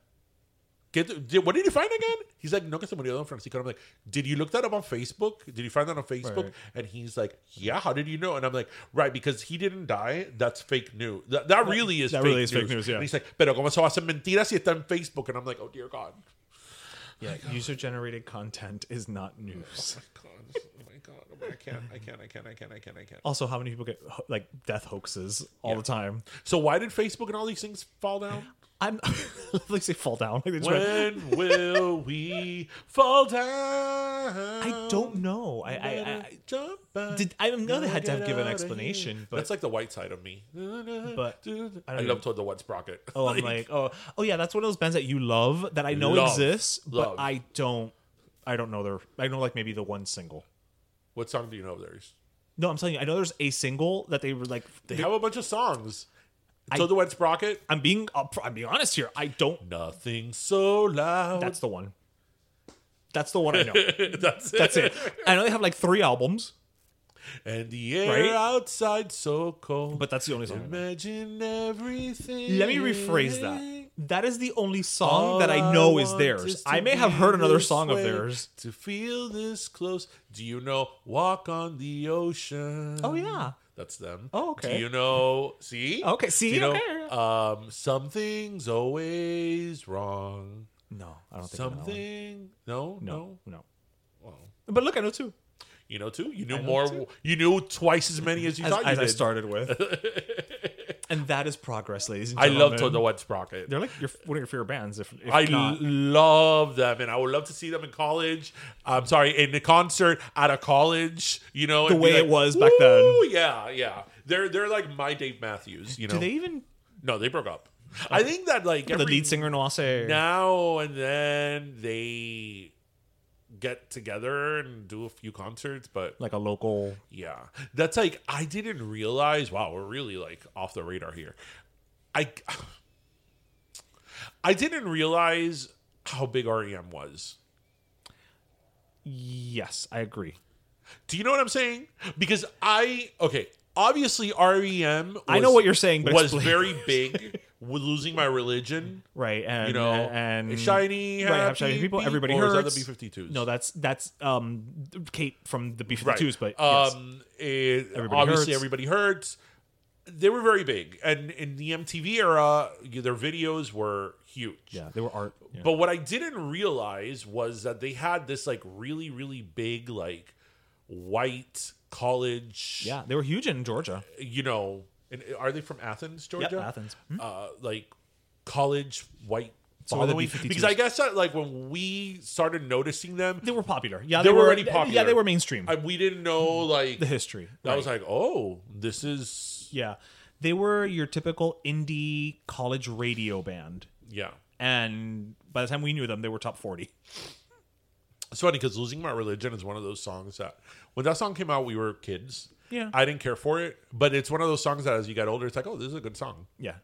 S2: Get the, did, what did you find again? He's like, no, que se murió Don Francisco. I'm like, did you look that up on Facebook? Did you find that on Facebook?
S3: Right.
S2: And he's like, yeah. How did you know? And I'm like, right, because he didn't die. That's fake news. That, that really is.
S3: that
S2: fake
S3: really is
S2: news.
S3: fake news, yeah.
S2: And he's like, pero cómo se va a hacer mentira si está en Facebook? And I'm like, oh dear God.
S3: Yeah. User generated content is not news.
S2: God, oh my God, oh my- I can't, I can't, I can't, I can't, I can't, I can't.
S3: Also, how many people get ho- like death hoaxes all the time?
S2: So why did Facebook and all these things fall down?
S3: I'm like they fall down. Like, they just went-
S2: When will we fall down?
S3: I don't know. I, I, I
S2: jump. back,
S3: did- I know they
S2: gotta
S3: had to have
S2: get
S3: given an
S2: outta
S3: explanation,
S2: here.
S3: but-
S2: that's like the white side of me. But I,
S3: even-
S2: love Toad the Wet Sprocket.
S3: oh, I'm like oh oh yeah, that's one of those bands that you love that I know
S2: Love.
S3: exists,
S2: Love.
S3: but I don't. I don't know their. I know like maybe the one single.
S2: what song do you know of theirs?
S3: No, I'm telling you, I know there's a single that they were like.
S2: They
S3: They
S2: have a bunch of songs. Toad the Wet Sprocket.
S3: I'm being up. I'm being honest here. I don't.
S2: Nothing so loud.
S3: That's the one. That's the one I know.
S2: That's it.
S3: That's it. I know they have like three albums.
S2: And the air
S3: Right?
S2: outside so cold.
S3: But that's the only song I know.
S2: Imagine everything.
S3: Let me rephrase that. That is the only song
S2: All
S3: that I know is
S2: want
S3: theirs.
S2: to
S3: I may have
S2: be
S3: heard another
S2: this
S3: song of
S2: way,
S3: theirs.
S2: To feel this close, do you know "Walk on the Ocean"?
S3: Oh, yeah.
S2: that's them.
S3: Oh, okay.
S2: Do you know? See,
S3: Okay,
S2: Do
S3: see,
S2: you know,
S3: okay.
S2: um, something's always wrong.
S3: No, I don't think I know that one.
S2: Something? No, no,
S3: No, no. But look, I know two.
S2: You know too. You knew more. You knew twice as many as you
S3: As,
S2: thought you
S3: as I
S2: did.
S3: started with, and that is progress, ladies and
S2: I
S3: gentlemen.
S2: love Toad the Wet Sprocket.
S3: They're like your one of your favorite bands. If, if
S2: I
S3: not.
S2: love them, and I would love to see them in college. I'm sorry, in the concert at a college. You know,
S3: The
S2: and be
S3: way it was back then.
S2: "Woo!" Yeah, yeah. They're they're like my Dave Matthews. You know,
S3: do they even
S2: no, they broke up. I think that like
S3: the
S2: every
S3: lead singer in Wase?
S2: now and then they get together and do a few concerts, but
S3: like a local.
S2: yeah, that's like I didn't realize. Wow, we're really like off the radar here. I I didn't realize how big REM was.
S3: Yes, I agree.
S2: Do you know what I'm saying? Because I okay, obviously REM. Was,
S3: I know what you're saying, but
S2: was
S3: explain.
S2: very big with losing my religion.
S3: Right, and
S2: You know,
S3: and
S2: shiny,
S3: right, have
S2: happy
S3: shiny people. Everybody
S2: people, or is
S3: hurts.
S2: that the B-52s?
S3: No, that's that's um Kate from the
S2: Right.
S3: B52s, but yes.
S2: um, it-
S3: Everybody
S2: obviously
S3: Hurts.
S2: everybody hurts. They were very big, and in the MTV era, their videos were huge.
S3: yeah, they were art. yeah.
S2: But what I didn't realize was that they had this like really, really big like white college.
S3: Yeah, they were huge in Georgia.
S2: you know, and are they from Athens, Georgia?
S3: Athens. Hmm?
S2: Uh, like college white
S3: So are the
S2: following.
S3: B-52s.
S2: because I guess that, like when we started noticing them,
S3: They were popular. Yeah,
S2: They
S3: they,
S2: were
S3: were
S2: already popular.
S3: Yeah, they were mainstream.
S2: I, we didn't know like
S3: the history.
S2: I was like, oh, this is
S3: Yeah, they were your typical indie college radio band,
S2: yeah.
S3: and by the time we knew them, they were top forty.
S2: It's funny because "Losing My Religion" is one of those songs that when that song came out, we were kids.
S3: Yeah.
S2: I didn't care for it, but it's one of those songs that as you got older, it's like, oh, this is a good song.
S3: Yeah,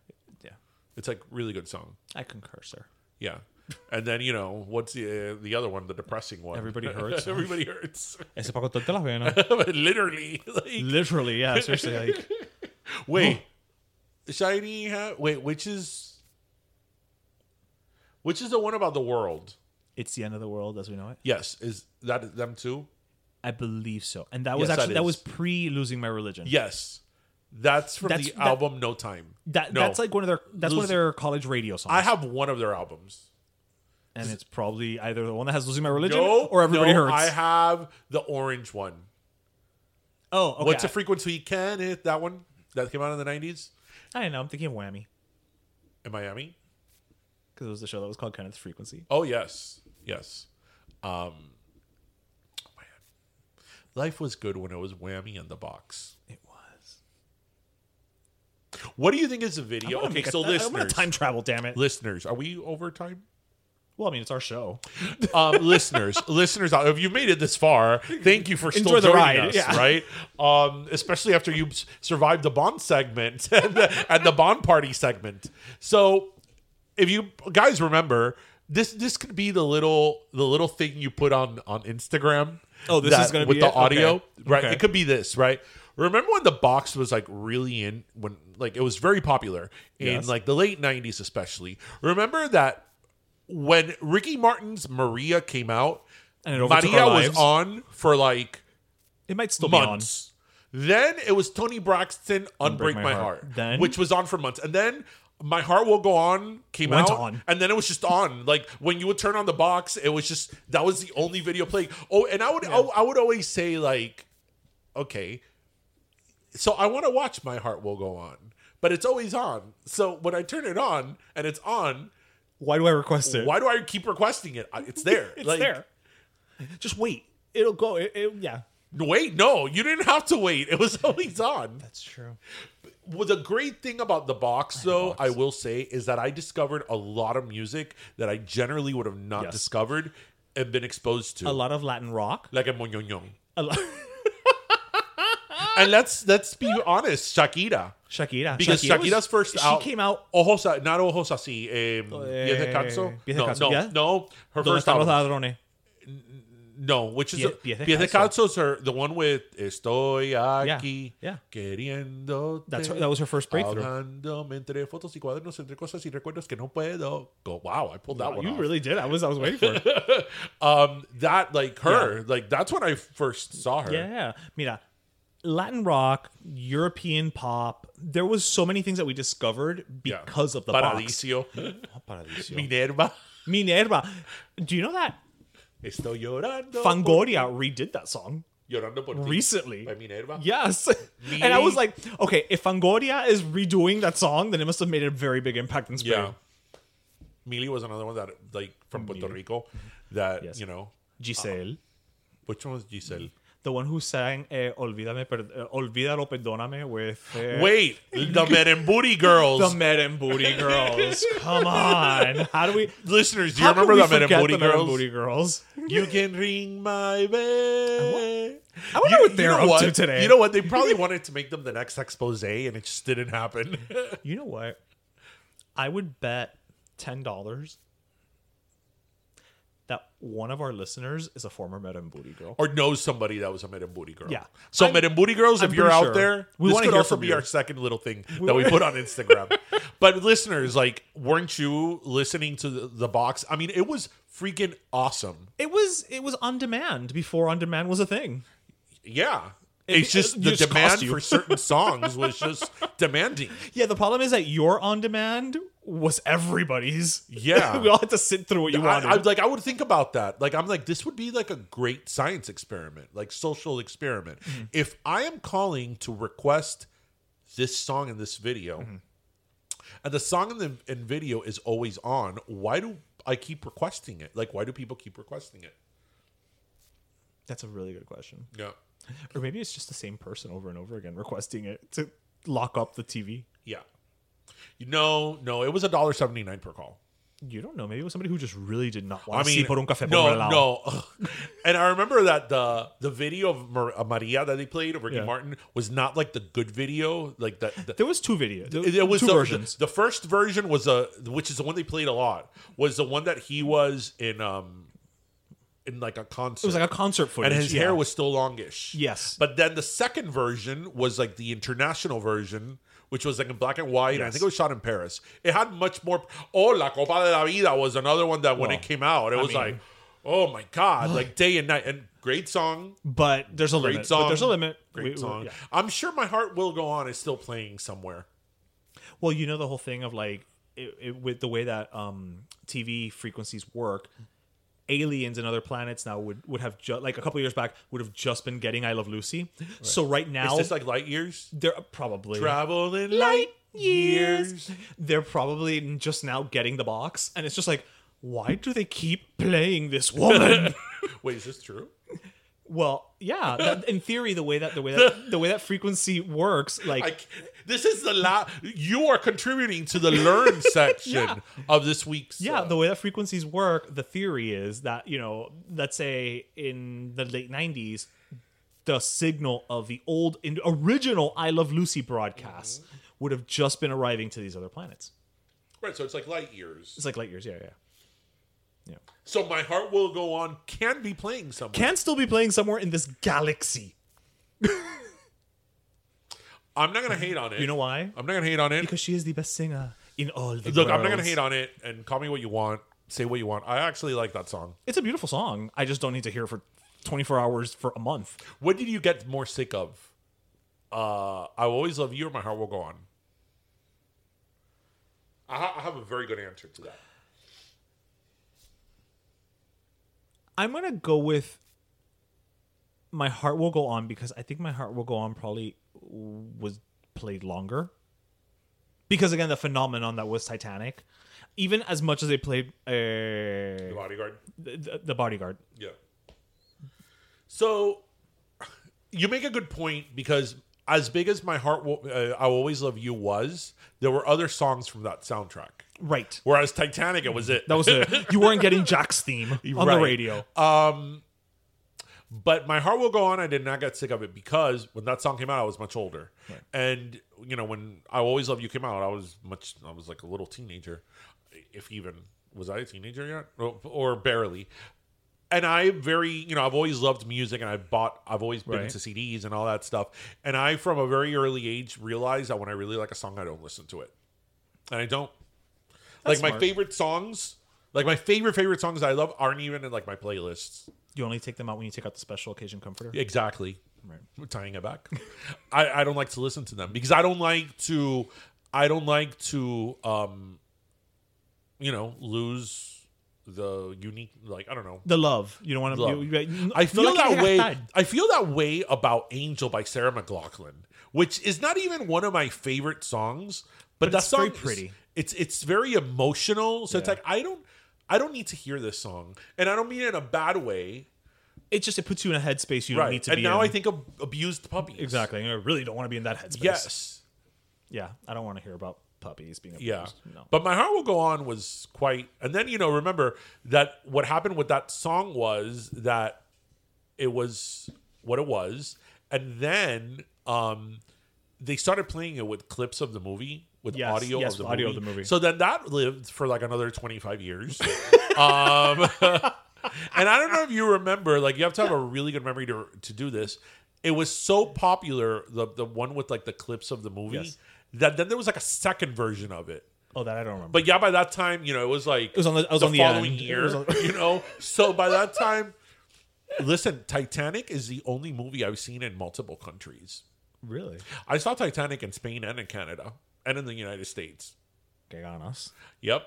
S3: yeah,
S2: It's like really good song.
S3: I concur, sir.
S2: Yeah. And then you know what's the uh, the other one, the depressing one?
S3: Everybody Hurts.
S2: Everybody hurts.
S3: Ese Paco te las venas.
S2: Literally, like
S3: Literally, yeah, seriously. Like,
S2: Wait, shiny hat. Wait, which is which is the one about the world?
S3: It's the End of the World as We Know It.
S2: Yes, is that them too?
S3: I believe so. And that was
S2: Yes, that
S3: actually that,
S2: is.
S3: was pre Losing My Religion.
S2: Yes, that's from
S3: That's-
S2: the
S3: that-
S2: album No Time.
S3: That
S2: No.
S3: that's like one of their that's one of
S2: Losing-
S3: their college radio songs.
S2: I have one of their albums.
S3: and it's probably either the one that has Losing My Religion
S2: No,
S3: or Everybody
S2: no,
S3: Hurts.
S2: I have the orange one.
S3: oh, okay.
S2: What's the frequency? Can it that one that came out in the nineties
S3: I don't know. I'm thinking of Whammy
S2: in Miami?
S3: because it was the show that was called Kenneth Frequency.
S2: Oh yes, yes. Um, oh, man. life was good when it was whammy in the box.
S3: It was.
S2: What do you think is the video? Okay, so
S3: I'm gonna
S2: listeners,
S3: time travel. Damn it.
S2: listeners, are we over time?
S3: Well, I mean, it's our show.
S2: um, listeners, listeners, out- if you've made it this far, thank you for still
S3: Enjoy the
S2: joining
S3: ride,
S2: us,
S3: yeah.
S2: right? Um, especially after you s- survived the Bond segment and the, and the Bond party segment. So, if you guys remember, this this could be the little the little thing you put on on Instagram.
S3: Oh, this
S2: is
S3: is gonna
S2: with
S3: be
S2: the
S3: it?
S2: audio,
S3: Okay.
S2: right?
S3: Okay.
S2: It could be this, right? Remember when the box was like really in when like it was very popular in
S3: Yes.
S2: like the late '90s, especially. Remember that when Ricky Martin's Maria came out,
S3: And it overtook
S2: Maria
S3: our
S2: was
S3: lives.
S2: on for like
S3: It might still
S2: months. Then it was Tony Braxton Unbreak My, Heart,
S3: Then-
S2: which was on for months. And then My Heart Will Go On came
S3: Went
S2: out,
S3: on.
S2: and then it was just on. Like when you would turn on the box, it was just that was the only video playing. Oh, and I would I, I would always say like, okay, so I want to watch My Heart Will Go On, but it's always on. So when I turn it on and it's on,
S3: be on. Why do I request it?
S2: why do I keep requesting it? I- It's there.
S3: It's
S2: Like,
S3: there. Just wait. It'll go. It, it- yeah.
S2: Wait, no, you didn't have to wait. It was always on.
S3: That's true.
S2: Well, the great thing about the box, though, I will say, is that I discovered a lot of music that I generally would have not
S3: Yes.
S2: discovered and been exposed to,
S3: A lot of Latin rock.
S2: like a moñoñón.
S3: A lot.
S2: and let's let's be honest, Shakira,
S3: Shakira.
S2: because
S3: Shakira was-
S2: Shakira's first
S3: She
S2: out,
S3: came out. Eh,
S2: Ojos, a- not ojos así, um, Pies de Canso?
S3: Pies de
S2: no,
S3: Canso,
S2: no,
S3: yeah.
S2: no, her
S3: Donde
S2: first
S3: están los
S2: album,
S3: ladrones?
S2: no, which is
S3: Pie-
S2: a-
S3: Pies de
S2: Pies de
S3: Canso.
S2: Canso's her the one with Estoy aquí,
S3: yeah.
S2: queriendo.
S3: That's her- that was her first breakthrough.
S2: Ahogándome entre fotos y cuadernos, entre cosas y recuerdos que no puedo. Go, wow, I pulled that one.
S3: You
S2: off.
S3: really did. I was. I was waiting for it.
S2: um, that like her, like that's when I first saw her.
S3: Yeah. Mira, Latin rock, European pop. There was so many things that we discovered
S2: Yeah.
S3: because of the box.
S2: Paradiso, Minerva,
S3: Minerva. Do you know that
S2: estoy llorando.
S3: Fangoria redid that song?
S2: llorando por ti.
S3: recently.
S2: by Minerva.
S3: Yes. And I was like, okay, if Fangoria is redoing that song, then it must have made a very big impact in Spain.
S2: yeah. Mili was another one that like from Puerto Rico, that
S3: Yes.
S2: you know.
S3: Giselle,
S2: Which one was Giselle?
S3: the one who sang eh, Olvídame, per- eh, Olvídalo, Perdóname with eh,
S2: Wait, the Meremburi girls.
S3: the Med and Booty Girls. Come on. How do we.
S2: Listeners, do you
S3: how can
S2: remember
S3: we
S2: the Men in
S3: forget
S2: Booty
S3: the Med and
S2: Girls?
S3: Booty Girls?
S2: You can ring my bell.
S3: I wonder what they're
S2: know
S3: up
S2: what?
S3: to today.
S2: You know what? They probably wanted to make them the next expose, and it just didn't happen.
S3: You know what? I would bet ten dollars that one of our listeners is a former Med and Booty girl.
S2: or knows somebody that was a Meremburi girl.
S3: Yeah.
S2: So
S3: I'm-
S2: Meremburi girls,
S3: I'm
S2: if you're
S3: pretty
S2: out
S3: sure.
S2: there,
S3: We
S2: this
S3: wanna
S2: could
S3: hear
S2: also
S3: from
S2: be
S3: you.
S2: our second little thing that we put on Instagram. but listeners, like, weren't you listening to the, the box? I mean, it was freaking awesome.
S3: It was it was on demand before on demand was a thing.
S2: Yeah.
S3: It-
S2: it's just
S3: it
S2: the
S3: just cost
S2: demand
S3: you.
S2: for certain songs was just demanding.
S3: Yeah, the problem is that your on demand was everybody's.
S2: Yeah.
S3: we all had to sit through what you
S2: I,
S3: wanted.
S2: I like I would think about that. Like I'm like this would be like a great science experiment, like social experiment. If I am calling to request this song in this video, and the song in the in video is always on, why do I keep requesting it? Like why do people keep requesting it?
S3: That's a really good question.
S2: Yeah.
S3: Or maybe it's just the same person over and over again requesting it to lock up the TV.
S2: Yeah. You know, no, it was a dollar seventy nine per call.
S3: You don't know. Maybe it was somebody who just really did not
S2: I
S3: want to see
S2: mean,
S3: por un café por
S2: no,
S3: un helado.
S2: no. and I remember that the the video of Mar- uh, Maria that they played of Ricky
S3: Yeah.
S2: Martin was not like the good video, like that. The,
S3: There was two videos. There,
S2: it, it was
S3: two
S2: the,
S3: versions.
S2: The, first version was a, which is the one they played a lot, was the one that he was in, um, in like a concert.
S3: it was like a concert footage.
S2: and his
S3: yeah.
S2: hair was still longish.
S3: Yes.
S2: but then the second version was like the international version, which was like in black and white. And I
S3: Yes.
S2: think it was shot in Paris. It had much more. Oh, La Copa de la Vida was another one that when
S3: Well,
S2: it came out, it
S3: I
S2: was
S3: mean-
S2: like, oh my god, like day and night. And great song,
S3: But there's a
S2: great
S3: limit.
S2: song,
S3: But there's a limit.
S2: Great
S3: We- we-
S2: song.
S3: yeah.
S2: I'm sure my heart will go on. Is still playing somewhere.
S3: Well, you know the whole thing of like it, it, with the way that um, TV frequencies work. Aliens and other planets now would would have ju- like a couple years back would have just been getting I Love Lucy. So right
S2: Is
S3: now
S2: this like light years?
S3: they're probably
S2: Travel in light years.
S3: They're probably just now getting the box, and it's just like, why do they keep playing this woman?
S2: Wait, is this true?
S3: well, yeah, that, in theory, the way that the way that the way that frequency works, like
S2: I, c- this is the la- you are contributing to the learn section of this week's
S3: Yeah,
S2: uh,
S3: the way that frequencies work, the theory is that, you know, let's say in the late 90s, the signal of the old in, original I Love Lucy broadcast
S2: Mm-hmm.
S3: would have just been arriving to these other planets.
S2: right so it's like light years
S3: It's like light years, yeah, yeah.
S2: so my heart will go on can be playing somewhere
S3: Can still be playing somewhere in this galaxy.
S2: i'm not gonna hate on it
S3: You know why?
S2: i'm not gonna hate on it
S3: Because she is the best singer in all the
S2: look i'm not gonna
S3: worlds.
S2: hate on it and call me what you want say what you want i actually like that song
S3: It's a beautiful song. I just don't need to hear it for 24 hours for a month.
S2: what did you get more sick of uh i will always love you or my heart will go on I, ha- I have a very good answer to that
S3: I'm gonna go with my heart will go on because I think my heart will go on probably was played longer. Because again, the phenomenon that was Titanic, even as much as they played uh,
S2: the
S3: the,
S2: bodyguard
S3: the, the bodyguard,
S2: Yeah. So you make a good point because as big as my heart will, uh, I will always love you was, there were other songs from that soundtrack.
S3: right?
S2: Whereas Titanic, it was it.
S3: That was it. you weren't getting Jack's theme on
S2: Right.
S3: the radio.
S2: But my heart will go on. I did not get sick of it because when that song came out, I was much older, and you know when I Will always love you came out, I was much. I was like a little teenager, if even was I a teenager yet, or, or barely. And I very, you know, I've always loved music, and I bought. I've always been
S3: Right.
S2: into CDs and all that stuff. And I, from a very early age, realized that when I really like a song, I don't listen to it, and I don't. like my
S3: smart.
S2: favorite songs, like my favorite favorite songs I love aren't even in like my playlists.
S3: you only take them out when you take out the special occasion comforter.
S2: Exactly.
S3: Right.
S2: We're tying it back. I, I don't like to listen to them because I don't like to I don't like to um you know lose the unique like I don't know.
S3: The love you don't want
S2: Love.
S3: to.
S2: I feel that way I feel that way about Angel by Sarah McLaughlin, which is not even one of my favorite songs, but,
S3: But
S2: that
S3: it's
S2: song
S3: very
S2: is-
S3: pretty.
S2: it's it's very emotional. So it's
S3: Yeah.
S2: like I don't I don't need to hear this song. And I don't mean it in a bad way.
S3: It just it puts you in a headspace you don't need
S2: Right.
S3: to
S2: And
S3: be.
S2: now I
S3: in.
S2: think of abused puppies.
S3: exactly. I really don't want to be in that headspace.
S2: Yes.
S3: Yeah, I don't want to hear about puppies being abused.
S2: Yeah.
S3: No.
S2: But My Heart Will Go On was quite. And then, you know, remember that what happened with that song was that it was what it was. And then um, they started playing it with clips of the movie. With
S3: Yes,
S2: audio,
S3: yes,
S2: of the
S3: audio
S2: movie.
S3: of the movie.
S2: So then that lived for like another 25 years. um, and I don't know if you remember, like, you have to have a really good memory to, to do this. It was so popular, the, the one with like the clips of the movie,
S3: Yes.
S2: that then there was like a second version of it.
S3: Oh, that I don't remember.
S2: But yeah, by that time, you know, it was like it
S3: was on the- I was on the
S2: following
S3: end. It
S2: year,
S3: was on-
S2: you know. So by that time, listen, Titanic is the only movie I've seen in multiple countries.
S3: really,
S2: I saw Titanic in Spain and in Canada and in the United States.
S3: okay, on us.
S2: Yep.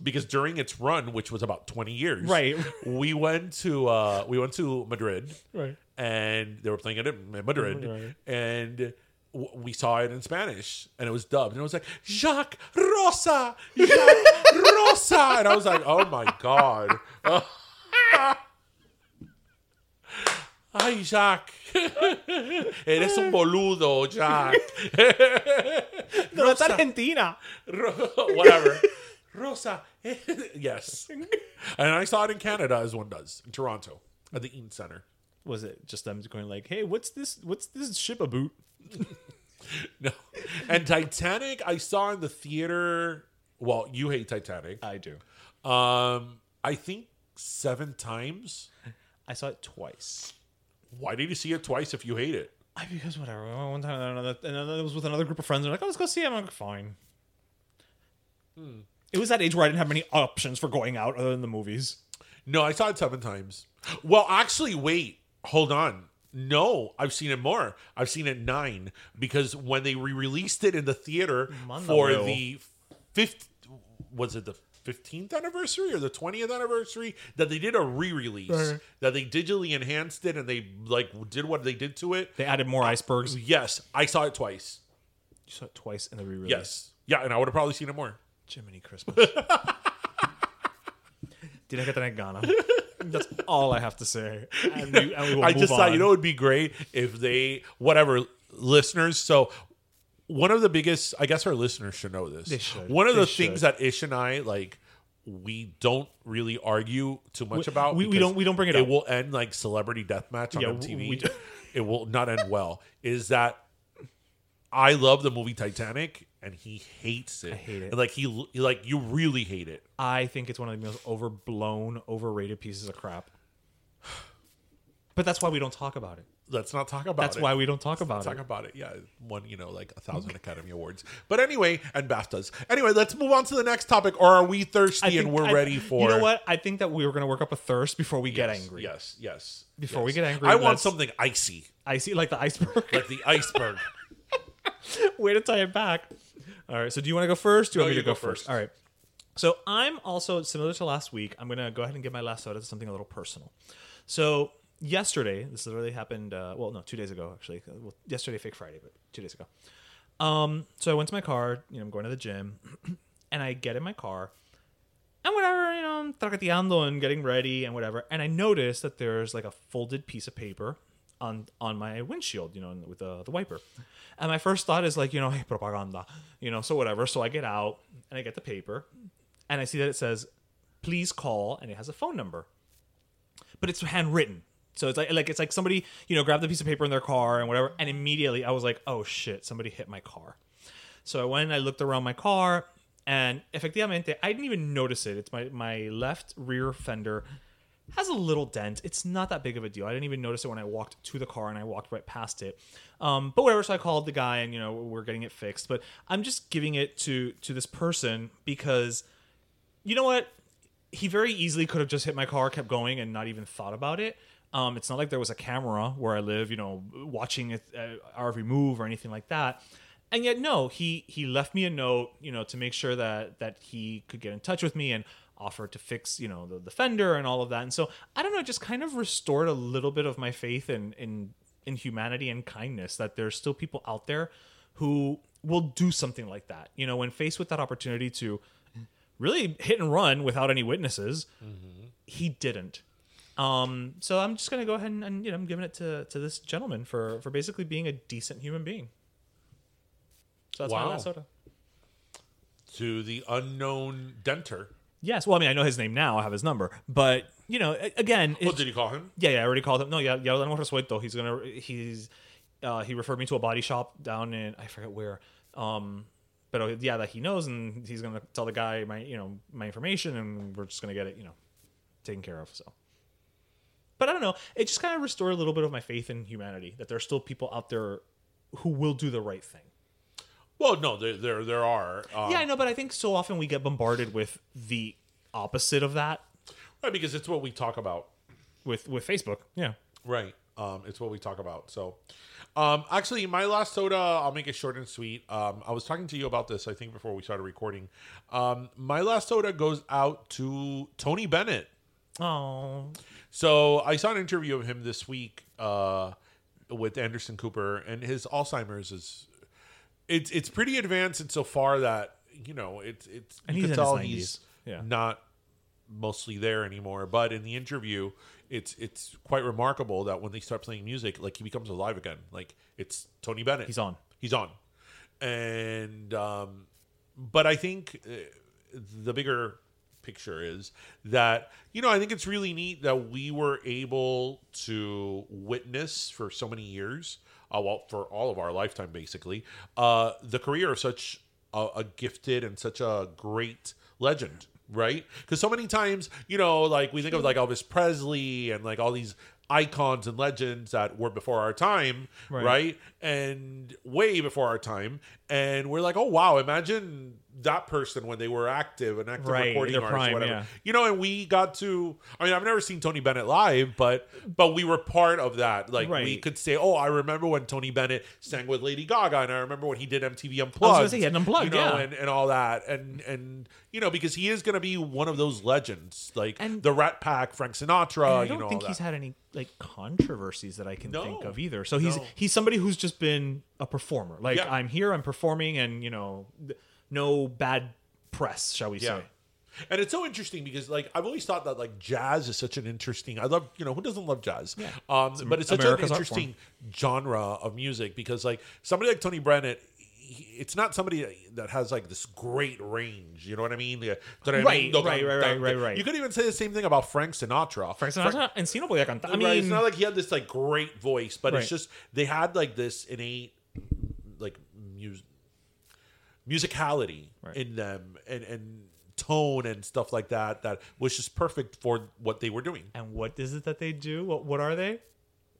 S2: Because during its run, which was about twenty years,
S3: Right.
S2: we went to uh, we went to Madrid,
S3: Right.
S2: and they were playing it in Madrid, and w- we saw it in Spanish, and it was dubbed, and it was like Jacques Rosa, Jacques Rosa, and I was like, oh my god, ay Jacques, eres un boludo, Jacques.
S3: No, that's Argentina.
S2: Ro- whatever. Rosa. yes. And I saw it in Canada, as one does, in Toronto, at the Eaton Center.
S3: Was it just them going like, "Hey, what's this? What's this ship a boot?"
S2: No. And Titanic, I saw in the theater. Well, you hate Titanic.
S3: I do.
S2: Um, I think seven times.
S3: I saw it twice.
S2: Why did you see it twice if you hate it?
S3: I, because whatever. I went One time or another, and then it was with another group of friends. They're like, oh, let's go see him. I'm like, fine. It was that age where I didn't have many options for going out other than the movies.
S2: No, I saw it seven times. Well, actually, wait, hold on. No, I've seen it more. I've seen it nine because when they re-released it in the theater
S3: Mano.
S2: for the fifth, was it the fifteenth anniversary or the twentieth anniversary that they did a re-release that they digitally enhanced it and they like did what they did to it.
S3: They added more icebergs. You
S2: Yes, I saw it twice.
S3: saw it twice in the re-release.
S2: Yes, yeah, and I would have probably seen it more.
S3: Jiminy Christmas. Did I get that Ghana? That's all I have to say. And we, and we will
S2: I
S3: move
S2: just thought, you
S3: on.
S2: know, it would be great if they, whatever, listeners. So, one of the biggest, I guess our listeners should know this. They
S3: should.
S2: One of
S3: They
S2: the things
S3: should.
S2: that Ish and I, like, we don't really argue too much about.
S3: we- we
S2: because
S3: don't- we don't bring it
S2: It
S3: up.
S2: will end like celebrity deathmatch on
S3: Yeah, w-
S2: MTV.
S3: we do.
S2: it will not end well. Is that I love the movie Titanic and he hates it. I
S3: hate it.
S2: And, like he, like you really hate it.
S3: I think it's one of the most overblown, overrated pieces of crap. But that's why we don't talk about it.
S2: Let's not talk about
S3: That's
S2: it.
S3: why we don't talk about
S2: talk
S3: it.
S2: about it. Yeah, won you know like a thousand Academy Awards. But anyway, and BAFTAs. Anyway, let's move on to the next topic. Or are we thirsty
S3: I think-
S2: and we're
S3: I-
S2: ready for?
S3: You know what? I think that we were going to work up a thirst before we get
S2: Yes,
S3: angry.
S2: Yes, yes.
S3: Before
S2: yes.
S3: we get angry,
S2: I want
S3: let's-
S2: something icy,
S3: I see, like the iceberg.
S2: like the iceberg.
S3: Way to tie it back. All right. So, do you want to go first? Do you
S2: No,
S3: want me
S2: you
S3: to
S2: go
S3: go, first?
S2: first.
S3: All right. So, I'm also similar to last week. I'm going to go ahead and give my last soda to something a little personal. So, yesterday, this literally happened. Uh, well, no, two days ago actually. Well, yesterday, Fake Friday, but two days ago. Um, so I went to my car. You know, I'm going to the gym, and I get in my car, and whatever. You know, I'm tracateando and getting ready and whatever. And I notice that there's like a folded piece of paper on on my windshield. You know, with the the wiper. And my first thought is like, you know, hey, propaganda. You know, so whatever. So I get out and I get the paper, and I see that it says, "Please call," and it has a phone number but it's handwritten. So it's like like it's like somebody you know grabbed a piece of paper in their car and whatever, and immediately I was like, oh shit, somebody hit my car. So I went and I looked around my car, and effectivamente, I didn't even notice it. It's my my left rear fender has a little dent. It's not that big of a deal. I didn't even notice it when I walked to the car and I walked right past it. Um, but whatever. So I called the guy and you know we're getting it fixed. But I'm just giving it to to this person because you know what he very easily could have just hit my car, kept going, and not even thought about it. Um, it's not like there was a camera where I live, you know, watching it, uh, our every move or anything like that. And yet, no, he he left me a note, you know, to make sure that that he could get in touch with me and offered to fix, you know, the, the fender and all of that. And so I don't know, it just kind of restored a little bit of my faith in in in humanity and kindness that there's still people out there who will do something like that. You know, when faced with that opportunity to really hit and run without any witnesses. He didn't. Um, so I'm just gonna go ahead and, and you know I'm giving it to to this gentleman for for basically being a decent human being. So that's
S2: Wow.
S3: my last soda.
S2: to the unknown denter.
S3: Yes. Well, I mean I know his name now. I have his number, but you know a- again,
S2: What
S3: it-
S2: did you call him?
S3: yeah, yeah, I already called him. No, yeah, ya lo tenemos resuelto. He's gonna he's uh, he referred me to a body shop down in I forget where. Um, but yeah, that he knows, and he's gonna tell the guy my you know my information, and we're just gonna get it you know taken care of. So, but I don't know. It just kind of restored a little bit of my faith in humanity that there are still people out there who will do the right thing.
S2: Well, no, there there, there are. Um,
S3: yeah, I know, but I think so often we get bombarded with the opposite of that
S2: right, uh, because it's what we talk about.
S3: with with Facebook. Yeah.
S2: Right. Um, it's what we talk about. So, um, actually, my last soda, I'll make it short and sweet. Um, I was talking to you about this, I think, before we started recording. Um, my last soda goes out to Tony Bennett.
S3: Oh,
S2: So I saw an interview of him this week uh, with Anderson Cooper, and his Alzheimer's is it's it's pretty advanced insofar that you know it's it's
S3: And
S2: you
S3: he's
S2: can
S3: in his
S2: tell
S3: 90s.
S2: he's
S3: Yeah.
S2: not mostly there anymore. But in the interview, it's it's quite remarkable that when they start playing music, like he becomes alive again. Like it's Tony Bennett.
S3: He's on.
S2: He's on. And um, but I think uh, the bigger picture is that you know I think it's really neat that we were able to witness for so many years, uh, well for all of our lifetime basically, uh, the career of such a, a gifted and such a great legend, right? Because so many times you know like we think of like Elvis Presley and like all these icons and legends that were before our time, right.
S3: Right.
S2: And way before our time. And we're like, oh, wow, imagine that person when they were active and active
S3: Right,
S2: recording
S3: their
S2: artists,
S3: prime,
S2: whatever.
S3: yeah.
S2: You know, and we got to, I mean, I've never seen Tony Bennett live, but but we were part of that. Like, we
S3: Right.
S2: could say, oh, I remember when Tony Bennett sang with Lady Gaga, and I remember when he did MTV Unplugged.
S3: say he had an Unplugged,
S2: you know,
S3: yeah.
S2: and, and all that, and and you know because he is going to be one of those legends, like the Rat Pack, Frank Sinatra.
S3: I
S2: Oh, you
S3: don't
S2: know,
S3: think
S2: all
S3: he's
S2: that.
S3: had any like controversies that I can
S2: No.
S3: think of either. So he's
S2: No.
S3: he's somebody who's just been a performer. Like
S2: Yeah.
S3: I'm here, I'm performing, and you know, th- no bad press, shall we
S2: yeah.
S3: say?
S2: And it's so interesting because, like, I've always thought that like jazz is such an interesting. I love, you know, who doesn't love jazz? Um, but it's such
S3: America's
S2: an
S3: art form.
S2: interesting genre of music because, like, somebody like Tony Bennett, he- it's not somebody that has like this great range. You know what I mean? Yeah.
S3: Right, right, right, right, right, right.
S2: You could even say the same thing about Frank Sinatra.
S3: Frank Sinatra and Sino Boy Canta. I
S2: Right, it's
S3: mean,
S2: not like he had this like great voice, but it's
S3: Right.
S2: just they had like this innate like music musicality in them and and tone and stuff like that that was just perfect for what they were doing.
S3: and what is it that they do? What what are they?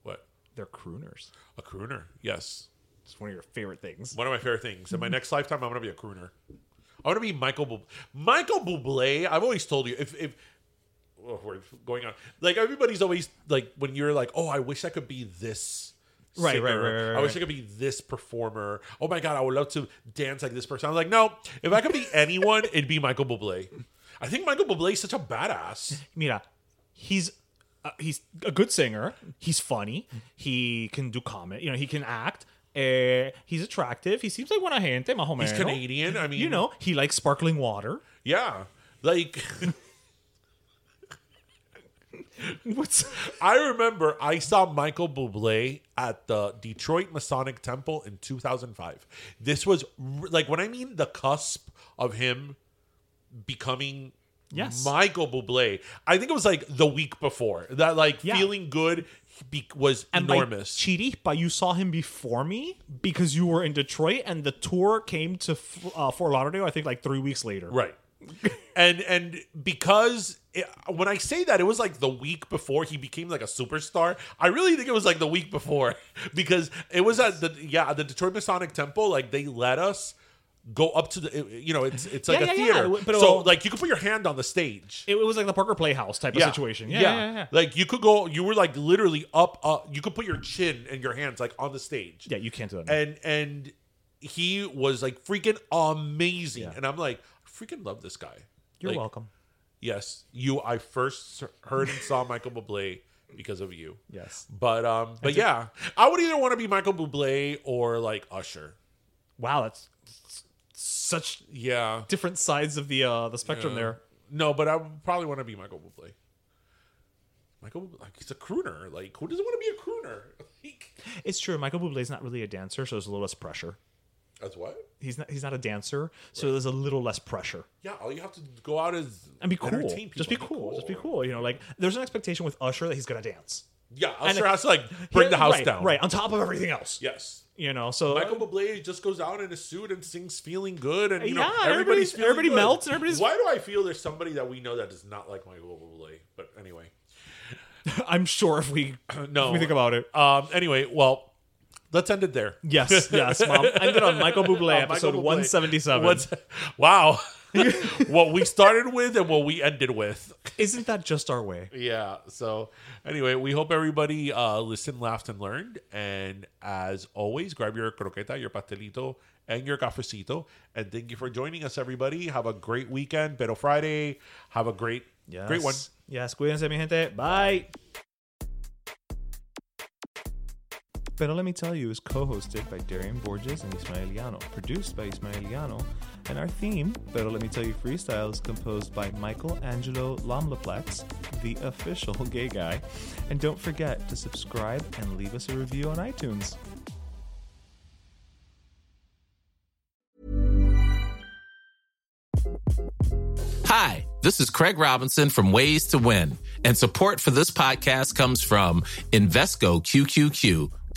S2: What
S3: They're crooners.
S2: a crooner? Yes,
S3: It's one of your favorite things.
S2: one of my favorite things.
S3: Mm-hmm.
S2: In my next lifetime, I'm gonna be a crooner. I'm gonna be Michael Bub- Michael Bublé. I've always told you if if. Oh, we're going on. Like everybody's always like when you're like, oh, I wish I could be this.
S3: Right, right,
S2: singer.
S3: right, right, right,
S2: I wish I
S3: right.
S2: could be this performer. Oh my god, I would love to dance like this person. I'm like, no. If I could be anyone, it'd be Michael Bublé. I think Michael Bublé is such a badass.
S3: Mira, he's uh, he's a good singer. He's funny. He can do comedy. You know, he can act. Uh, he's attractive. He seems like buena gente, más o menos.
S2: He's Canadian. I mean,
S3: You know, he likes sparkling water.
S2: yeah. Like
S3: What's
S2: I remember I saw Michael Bublé at the Detroit Masonic Temple in 2005. This was r- like when I mean the cusp of him becoming
S3: Yes.
S2: Michael Bublé. I think it was like the week before that like
S3: Yeah.
S2: feeling good be- was enormous.
S3: By Chiripa, you saw him before me because you were in Detroit, and the tour came to F- uh, Fort Lauderdale. I think like three weeks later.
S2: Right. and and because it, when I say that, it was like the week before he became like a superstar. I really think it was like the week before because it was at the yeah the Detroit Masonic Temple. Like they let us go up to the you know it's it's like
S3: Yeah,
S2: a
S3: yeah, yeah.
S2: theater,
S3: But
S2: so
S3: it'll-
S2: like you can put your hand on the stage.
S3: It, it was like the Parker Playhouse type of situation. Yeah, yeah, yeah. yeah.
S2: Like you could go, you were like literally up, up. You could put your chin and your hands like on the stage
S3: Yeah, you can't do that. now.
S2: and and he was like freaking amazing and i'm like I freaking love this guy
S3: You're
S2: Like,
S3: welcome.
S2: yes you i first heard and saw michael bublé because of you
S3: Yes.
S2: but um but yeah i would either want to be michael bublé or like usher
S3: Wow, that's s- such
S2: yeah
S3: different sides of the uh, the spectrum there.
S2: no but i would probably want to be michael bublé michael bublé, like he's a crooner like who doesn't want to be a crooner like,
S3: It's true. Michael Bublé is not really a dancer, so there's a little less pressure.
S2: that's what
S3: He's not. He's not a dancer, so there's a little less pressure.
S2: yeah all you have to go out is
S3: And be cool.
S2: entertain
S3: Just be
S2: people,
S3: cool. Just be cool. You know, like there's an expectation with Usher that he's gonna dance.
S2: yeah
S3: And-
S2: usher has to like bring the
S3: Yeah,
S2: house
S3: right,
S2: down
S3: Right on top of everything else.
S2: yes
S3: You know, so
S2: Michael Bublé just goes out in a suit and sings "Feeling Good," and you know
S3: Yeah,
S2: everybody's
S3: everybody's-
S2: feeling
S3: everybody
S2: good.
S3: melts and everybody's-
S2: Why do I feel there's somebody that we know that does not like Michael Bublé? But anyway,
S3: I'm sure if we
S2: no.
S3: if we think about it.
S2: um. Anyway, well, let's end it there.
S3: Yes, yes, mom. Ended on Michael Bublé
S2: Uh, Michael
S3: episode
S2: Bublé.
S3: 177.
S2: What's- wow. what we started with and what we ended with.
S3: Isn't that just our way?
S2: Yeah. So anyway, we hope everybody uh, listened, laughed, and learned. And as always, grab your croqueta, your pastelito, and your cafecito. And thank you for joining us, everybody. Have a great weekend, Pero Friday. Have a great, great one.
S3: Yes, cuídense, mi gente. Bye. Pero Let Me Tell You is co hosted by Darian Borges and Ismael Llano, produced by Ismael Llano, and our theme, Pero Let Me Tell You Freestyle, is composed by Michael Angelo Lomlaplex, the official gay guy. And don't forget to subscribe and leave us a review on iTunes.
S8: Hi, this is Craig Robinson from Ways to Win, and support for this podcast comes from Invesco QQQ,